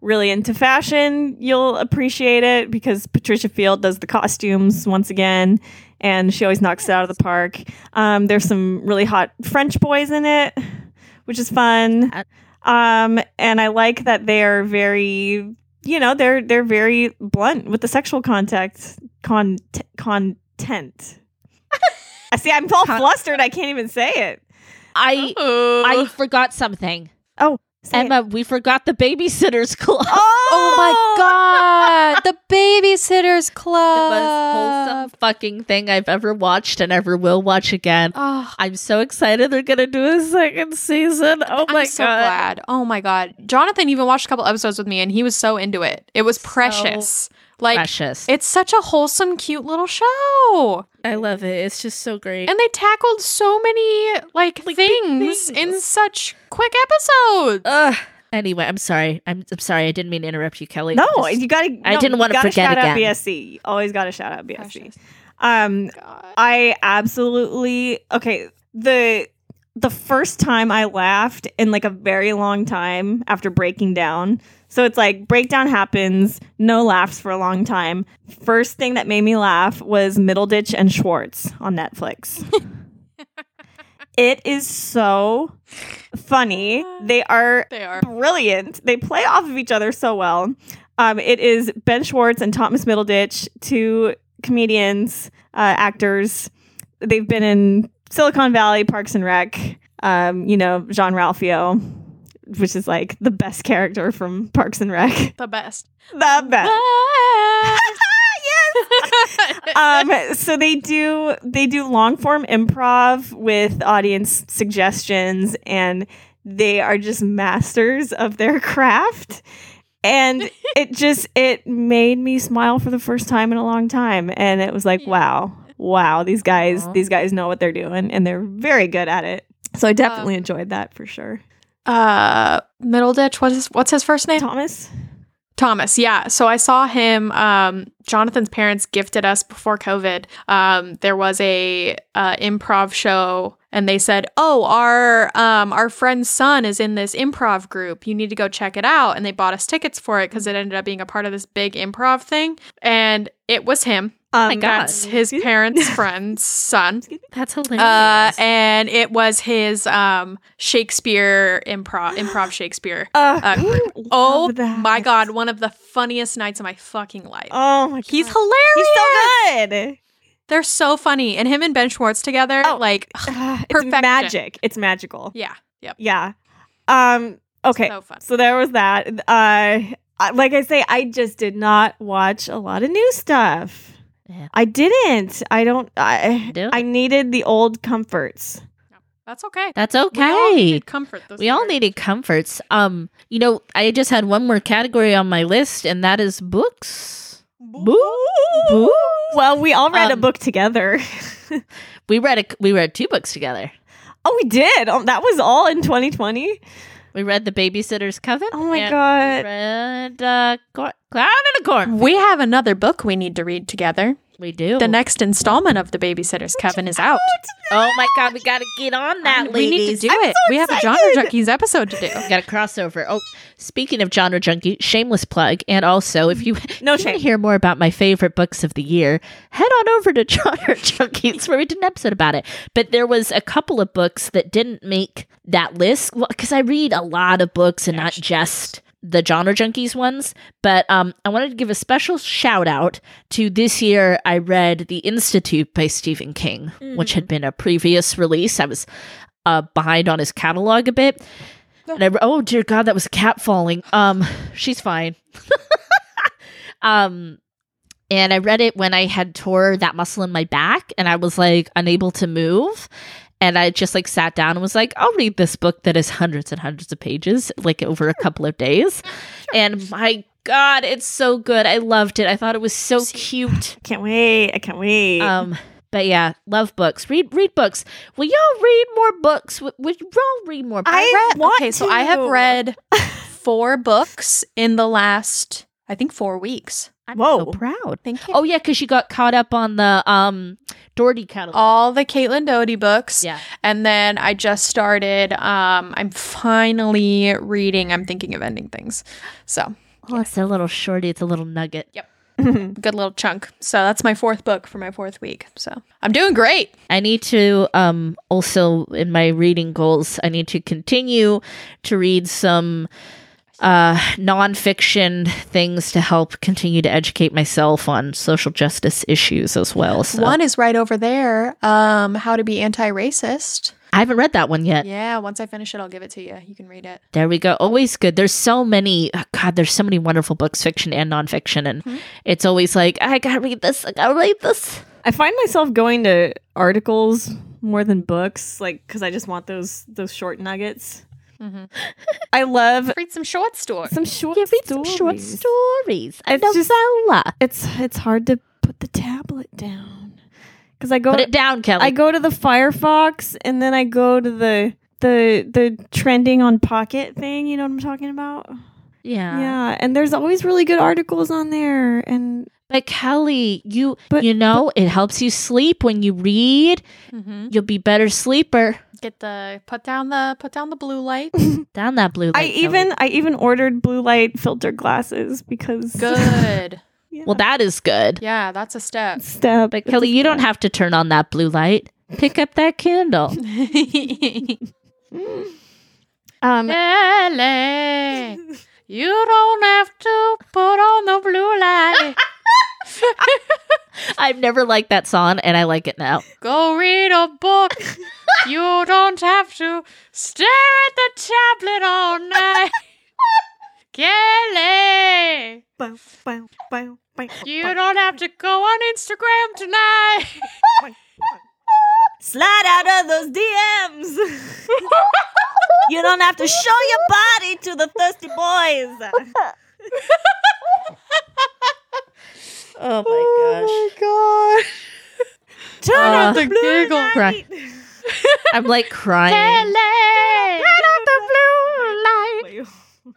A: really into fashion, you'll appreciate it because Patricia Field does the costumes once again, and she always knocks it out of the park. Um, there's some really hot French boys in it, which is fun. Um, and I like that they are very, you know, they're they're very blunt with the sexual contact con- content. I see. I'm all
C: Con-
A: flustered. I can't even say it.
C: I I
F: Oh.
C: forgot something,
A: Say it.
C: Emma. We forgot the babysitters club.
A: Oh,
B: Oh my god, the Babysitters
C: The
B: Club.
C: most wholesome fucking thing I've ever watched and ever will watch again.
F: Ah,
B: Oh,
C: I'm so excited they're gonna do a second season. Oh my
F: I'm so
C: god!
F: glad. Oh my god. Jonathan even watched a couple episodes with me and he was so into it. It was precious. like
C: Precious.
F: it's such a wholesome, cute little show.
C: I love it. It's just so great.
F: And they tackled so many like,
C: Like, big
F: things, in
C: things.
F: such quick episodes.
C: Ugh. Anyway, I'm sorry. I'm, I'm sorry. I didn't mean to interrupt you, Kelly.
A: No,
C: Just-
A: you gotta.
C: I
A: no,
C: didn't
A: you
C: wanna
A: gotta
C: forget
A: shout out
C: again.
A: BSC. You Always gotta shout out BSC.
F: Precious.
A: Um,
F: God.
A: I absolutely okay. The the first time I laughed in like a very long time after breaking down. So it's like breakdown happens, no laughs for a long time. First thing that made me laugh was Middleditch and Schwartz on Netflix. it is so funny. They are
F: They are.
A: brilliant. They play off of each other so well. Um, it is Ben Schwartz and Thomas Middleditch, two comedians, uh, actors. They've been in Silicon Valley, Parks and Rec. Um, you know, Jean Ralphio, which is like the best character from Parks and Rec.
F: The best.
A: The best. yes um, so they do they do long form improv with audience suggestions, and they are just masters of their craft. And it just it made me smile for the first time in a long time, and it was like, wow, wow, these guys
C: Aw.
A: these guys know what they're doing, and they're very good at it. So I
F: Um,
A: definitely enjoyed that for sure.
F: uh Middleditch, what is what's his first name?
A: Thomas,
F: Thomas, yeah. So I saw him. Um, Jonathan's parents gifted us before COVID. Um, there was a uh, improv show, and they said, "Oh, our um, our friend's son is in this improv group. You need to go check it out." And they bought us tickets for it because it ended up being a part of this big improv thing. And it was him.
A: um,
C: my God.
F: That's his parents' friend's son.
C: That's hilarious.
F: Uh, and it was his um, Shakespeare improv improv Shakespeare.
A: uh,
F: Uh,
A: love
F: Oh
A: that.
F: my god, one of the funniest nights of my fucking life.
A: Oh my god,
F: He's
A: hilarious.
F: hilarious.
A: He's so good.
F: They're so funny. And him and Ben Schwartz together,
A: Oh.
F: like
A: Ah, it's
F: Perfection.
A: magic. It's magical.
F: yeah. Yep.
A: Yeah. Um okay.
F: So fun.
A: So there was that. Uh I- like I say I just did not watch a lot of new stuff.
C: Yeah.
A: I didn't. I don't I
C: Do it.
A: I needed the old comforts.
F: That's okay.
C: That's
F: We all
C: okay.
F: needed comfort. this
C: We all
F: year.
C: needed comforts. Um, you know, I just had one more category on my list, and that is books. Boo.
A: Well, we all read a
C: Um,
A: book together.
C: We read a, we read two books together.
A: oh, we did. Oh, that was all in 2020.
C: We read The Babysitter's Coven.
A: Oh my
C: and We
A: god.
C: read uh, Cor- Clown and a Corn.
F: We have another book we need to read together.
C: We do.
F: The next installment of The Babysitter's Coven is out.
C: oh my god, we gotta get on that,
F: we
C: ladies.
F: need to do it. we have a
A: excited.
F: Genre Junkies episode to do.
C: Got a crossover. Oh, speaking of genre junkie, shameless plug. And also, if you
A: No
C: want to
A: shame.
C: hear more about my favorite books of the year, head on over to Genre Junkies where we did an episode about it. But there was a couple of books that didn't make that list because I read a lot of books and not just the genre junkies ones, but um, I wanted to give a special shout out to this year. I read The Institute by Stephen King, which
A: Mm.
C: had been a previous release. I was uh, behind on his catalog a bit. And I, oh dear God, that was a cat falling. Um, she's fine. um, and I read it when I had tore that muscle in my back, and I was like unable to move. And I just like sat down and was like, I'll read this book that is hundreds and hundreds of pages, like over a couple of days. And my God, it's so good. I loved it. I thought it was so cute.
A: I can't wait. I can't wait.
C: Um, but yeah, love books. Read read books. Will y'all read more books? Would, would y'all read more books?
A: I
F: read-
A: want
F: okay, so I have
A: to.
F: read four books in the last, I think, four weeks.
C: I'm
A: Whoa.
C: so proud.
F: Thank you.
C: Oh yeah, because you got caught up on the um Doherty catalog.
F: All the Caitlin Doty books.
C: yeah.
F: And then I just started, um, I'm finally reading I'm Thinking of Ending Things. So
C: Oh, it's a little shorty. It's a little nugget. Yep.
F: good little chunk. So that's my fourth book for my fourth week. So I'm doing great.
C: I need to um also in my reading goals, I need to continue to read some uh nonfiction things to help continue to educate myself on social justice issues as well. So
F: One is right over there. Um, How to be anti-racist.
C: I haven't read that one yet.
F: Yeah, once I finish it, I'll give it to you. You can read it.
C: There we go. Always good. There's so many. oh, God, there's so many wonderful books, fiction and nonfiction, and
A: Hmm?
C: it's always like I gotta read this. I gotta read this.
A: I find myself going to articles more than books, like because I just want those those short nuggets. I love
I: Read some short stories.
A: some short stories.
C: Short stories. A
A: It's just-
C: novella.
A: It's it's hard to put the tablet down because I go
C: Put it down, Kelly.
A: I go to the Firefox and then I go to the the the trending on Pocket thing. You know what I'm talking about?
C: yeah.
A: yeah, and there's always really good articles on there, and
C: But Kelly, you
A: But-
C: you know it helps you sleep when you read.
F: Mm-hmm.
C: You'll be better sleeper.
F: Get the put down the put down the blue light.
C: Down that blue light.
A: I
C: Kelly.
A: even I even ordered blue light filter glasses because
F: Good.
A: Yeah.
C: well that is good.
F: yeah, that's a step.
A: step.
C: But Kelly, you don't have to turn on that blue light. Pick up that candle.
A: Um,
F: Ellie, you don't have to put on the blue light.
C: I've never liked that song, and I like it now.
F: Go read a book. You don't have to stare at the tablet all night. Kelly,
A: bow, bow, bow, bow,
F: you
A: bow.
F: don't have to go on Instagram tonight.
A: slide out of those DMs. you don't have to show your body to the thirsty boys.
C: Oh my
A: Oh Turn
C: Uh,
A: out the
F: the
A: blue
F: giggle
A: light.
C: crack. gosh. I'm like crying. Oh,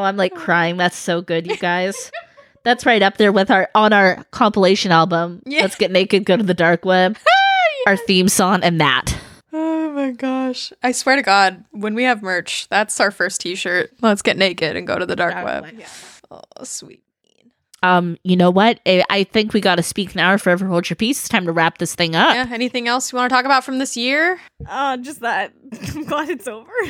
C: I'm like crying. That's so good, you guys. That's right up there with our on our compilation album.
F: Yeah.
C: Let's get naked, go to the dark web. Our theme song and that.
F: Oh my gosh. I swear to God, when we have merch, that's our first t shirt. Let's get naked and go to the dark, web. Oh, sweet.
C: Um, you know what? I, I think we got to speak now or forever hold your peace. It's time to wrap this thing up.
F: Yeah, anything else you want to talk about from this year?
A: Oh, just that. I'm glad it's over.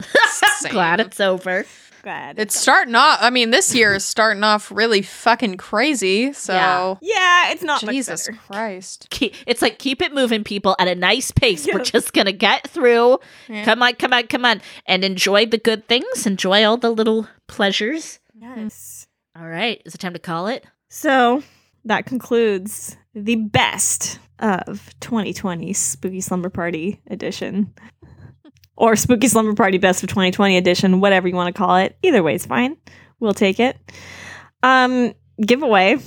F: Same.
C: Glad it's over.
A: glad.
F: It's starting off. I mean, this year is starting off really fucking crazy. So,
C: Yeah.
A: yeah, it's not
F: Jesus
A: much better.
F: Christ.
C: Keep, it's like keep it moving, people, at a nice pace. We're just gonna get through.
F: Yeah.
C: Come on, come on, come on, and enjoy the good things. Enjoy all the little pleasures.
A: Yes.
C: All right, is it time to call it?
A: So that concludes the best of 2020 Spooky Slumber Party edition. Or Spooky Slumber Party Best of 2020 edition, whatever you want to call it. Either way is fine. We'll take it. Um, giveaway.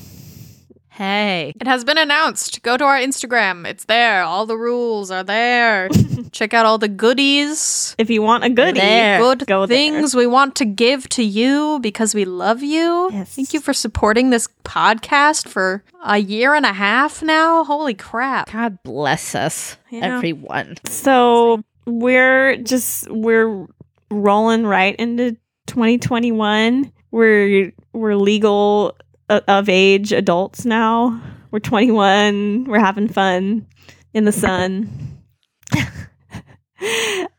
C: Hey,
F: It has been announced. Go to our Instagram. It's there. All the rules are there. Check out all the goodies.
A: If you want a goodie,
C: There.
F: Good
A: go there.
F: things we want to give to you because we love you.
A: Yes.
F: Thank you for supporting this podcast for a year and a half now. Holy crap.
C: God bless us,
F: Yeah.
C: everyone.
A: So we're just we're rolling right into 2021. We're we're legal uh, of age adults now. We're 21. We're having fun in the sun.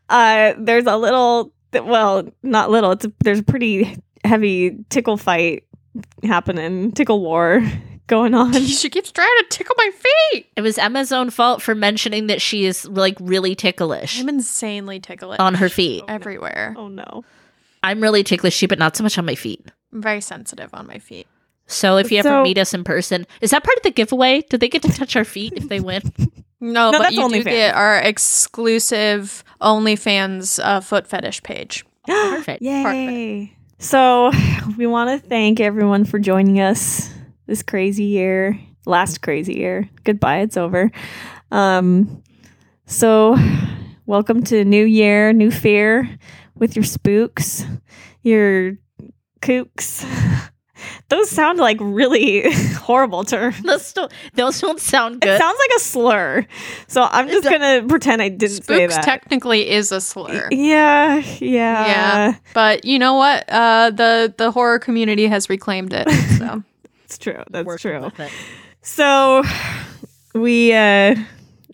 A: uh, there's a little well, not little. It's a, there's a pretty heavy tickle fight happening, tickle war going on.
F: she keeps trying to tickle my feet.
C: It was Emma's own fault for mentioning that she is like really ticklish
F: I'm insanely ticklish
C: on her feet.
F: everywhere.
A: Oh no.
C: I'm really ticklishy, but not so much on my feet.
F: I'm very sensitive on my feet.
C: So if you ever
A: So-
C: meet us in person, is that part of the giveaway? Do they get to touch our feet if they win?
F: No,
A: No,
F: but
A: that's
F: you do
A: OnlyFans.
F: get our exclusive OnlyFans uh, foot fetish page.
C: Oh, Perfect.
A: Yay. So we want to thank everyone for joining us this crazy year, last crazy year. Goodbye, it's over. Um, so welcome to new year, new fear with your spooks, your kooks. Those sound like really horrible terms.
C: Those don't, those don't sound
A: It
C: good.
A: sounds like a slur. So I'm just going to pretend I didn't say
F: Spooks
A: that.
F: technically is a slur.
A: yeah, yeah.
F: Yeah. But you know what? Uh, the the horror community has reclaimed it. So
A: It's true. That's
C: Work
A: true.
C: with it.
A: So we uh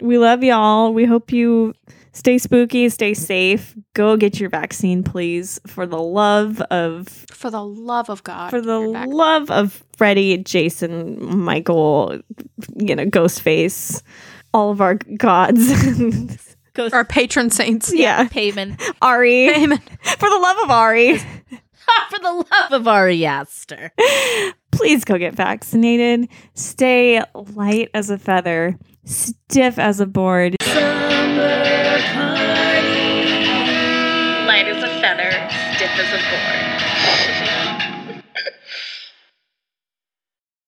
A: we love y'all. We hope you stay spooky, stay safe. Go get your vaccine, please, for the love of
F: for the love of God,
A: for the
F: you're back.
A: love of Freddy, Jason, Michael, you know, Ghostface, all of our gods.
C: Ghost
F: our patron saints.
A: yeah.
C: payment.
A: Ari.
F: Amen.
A: For the love of Ari.
C: For the love of Ari Aster.
A: please go get vaccinated. Stay light as a feather, stiff as a board.
E: Light as a feather, stiff as a board.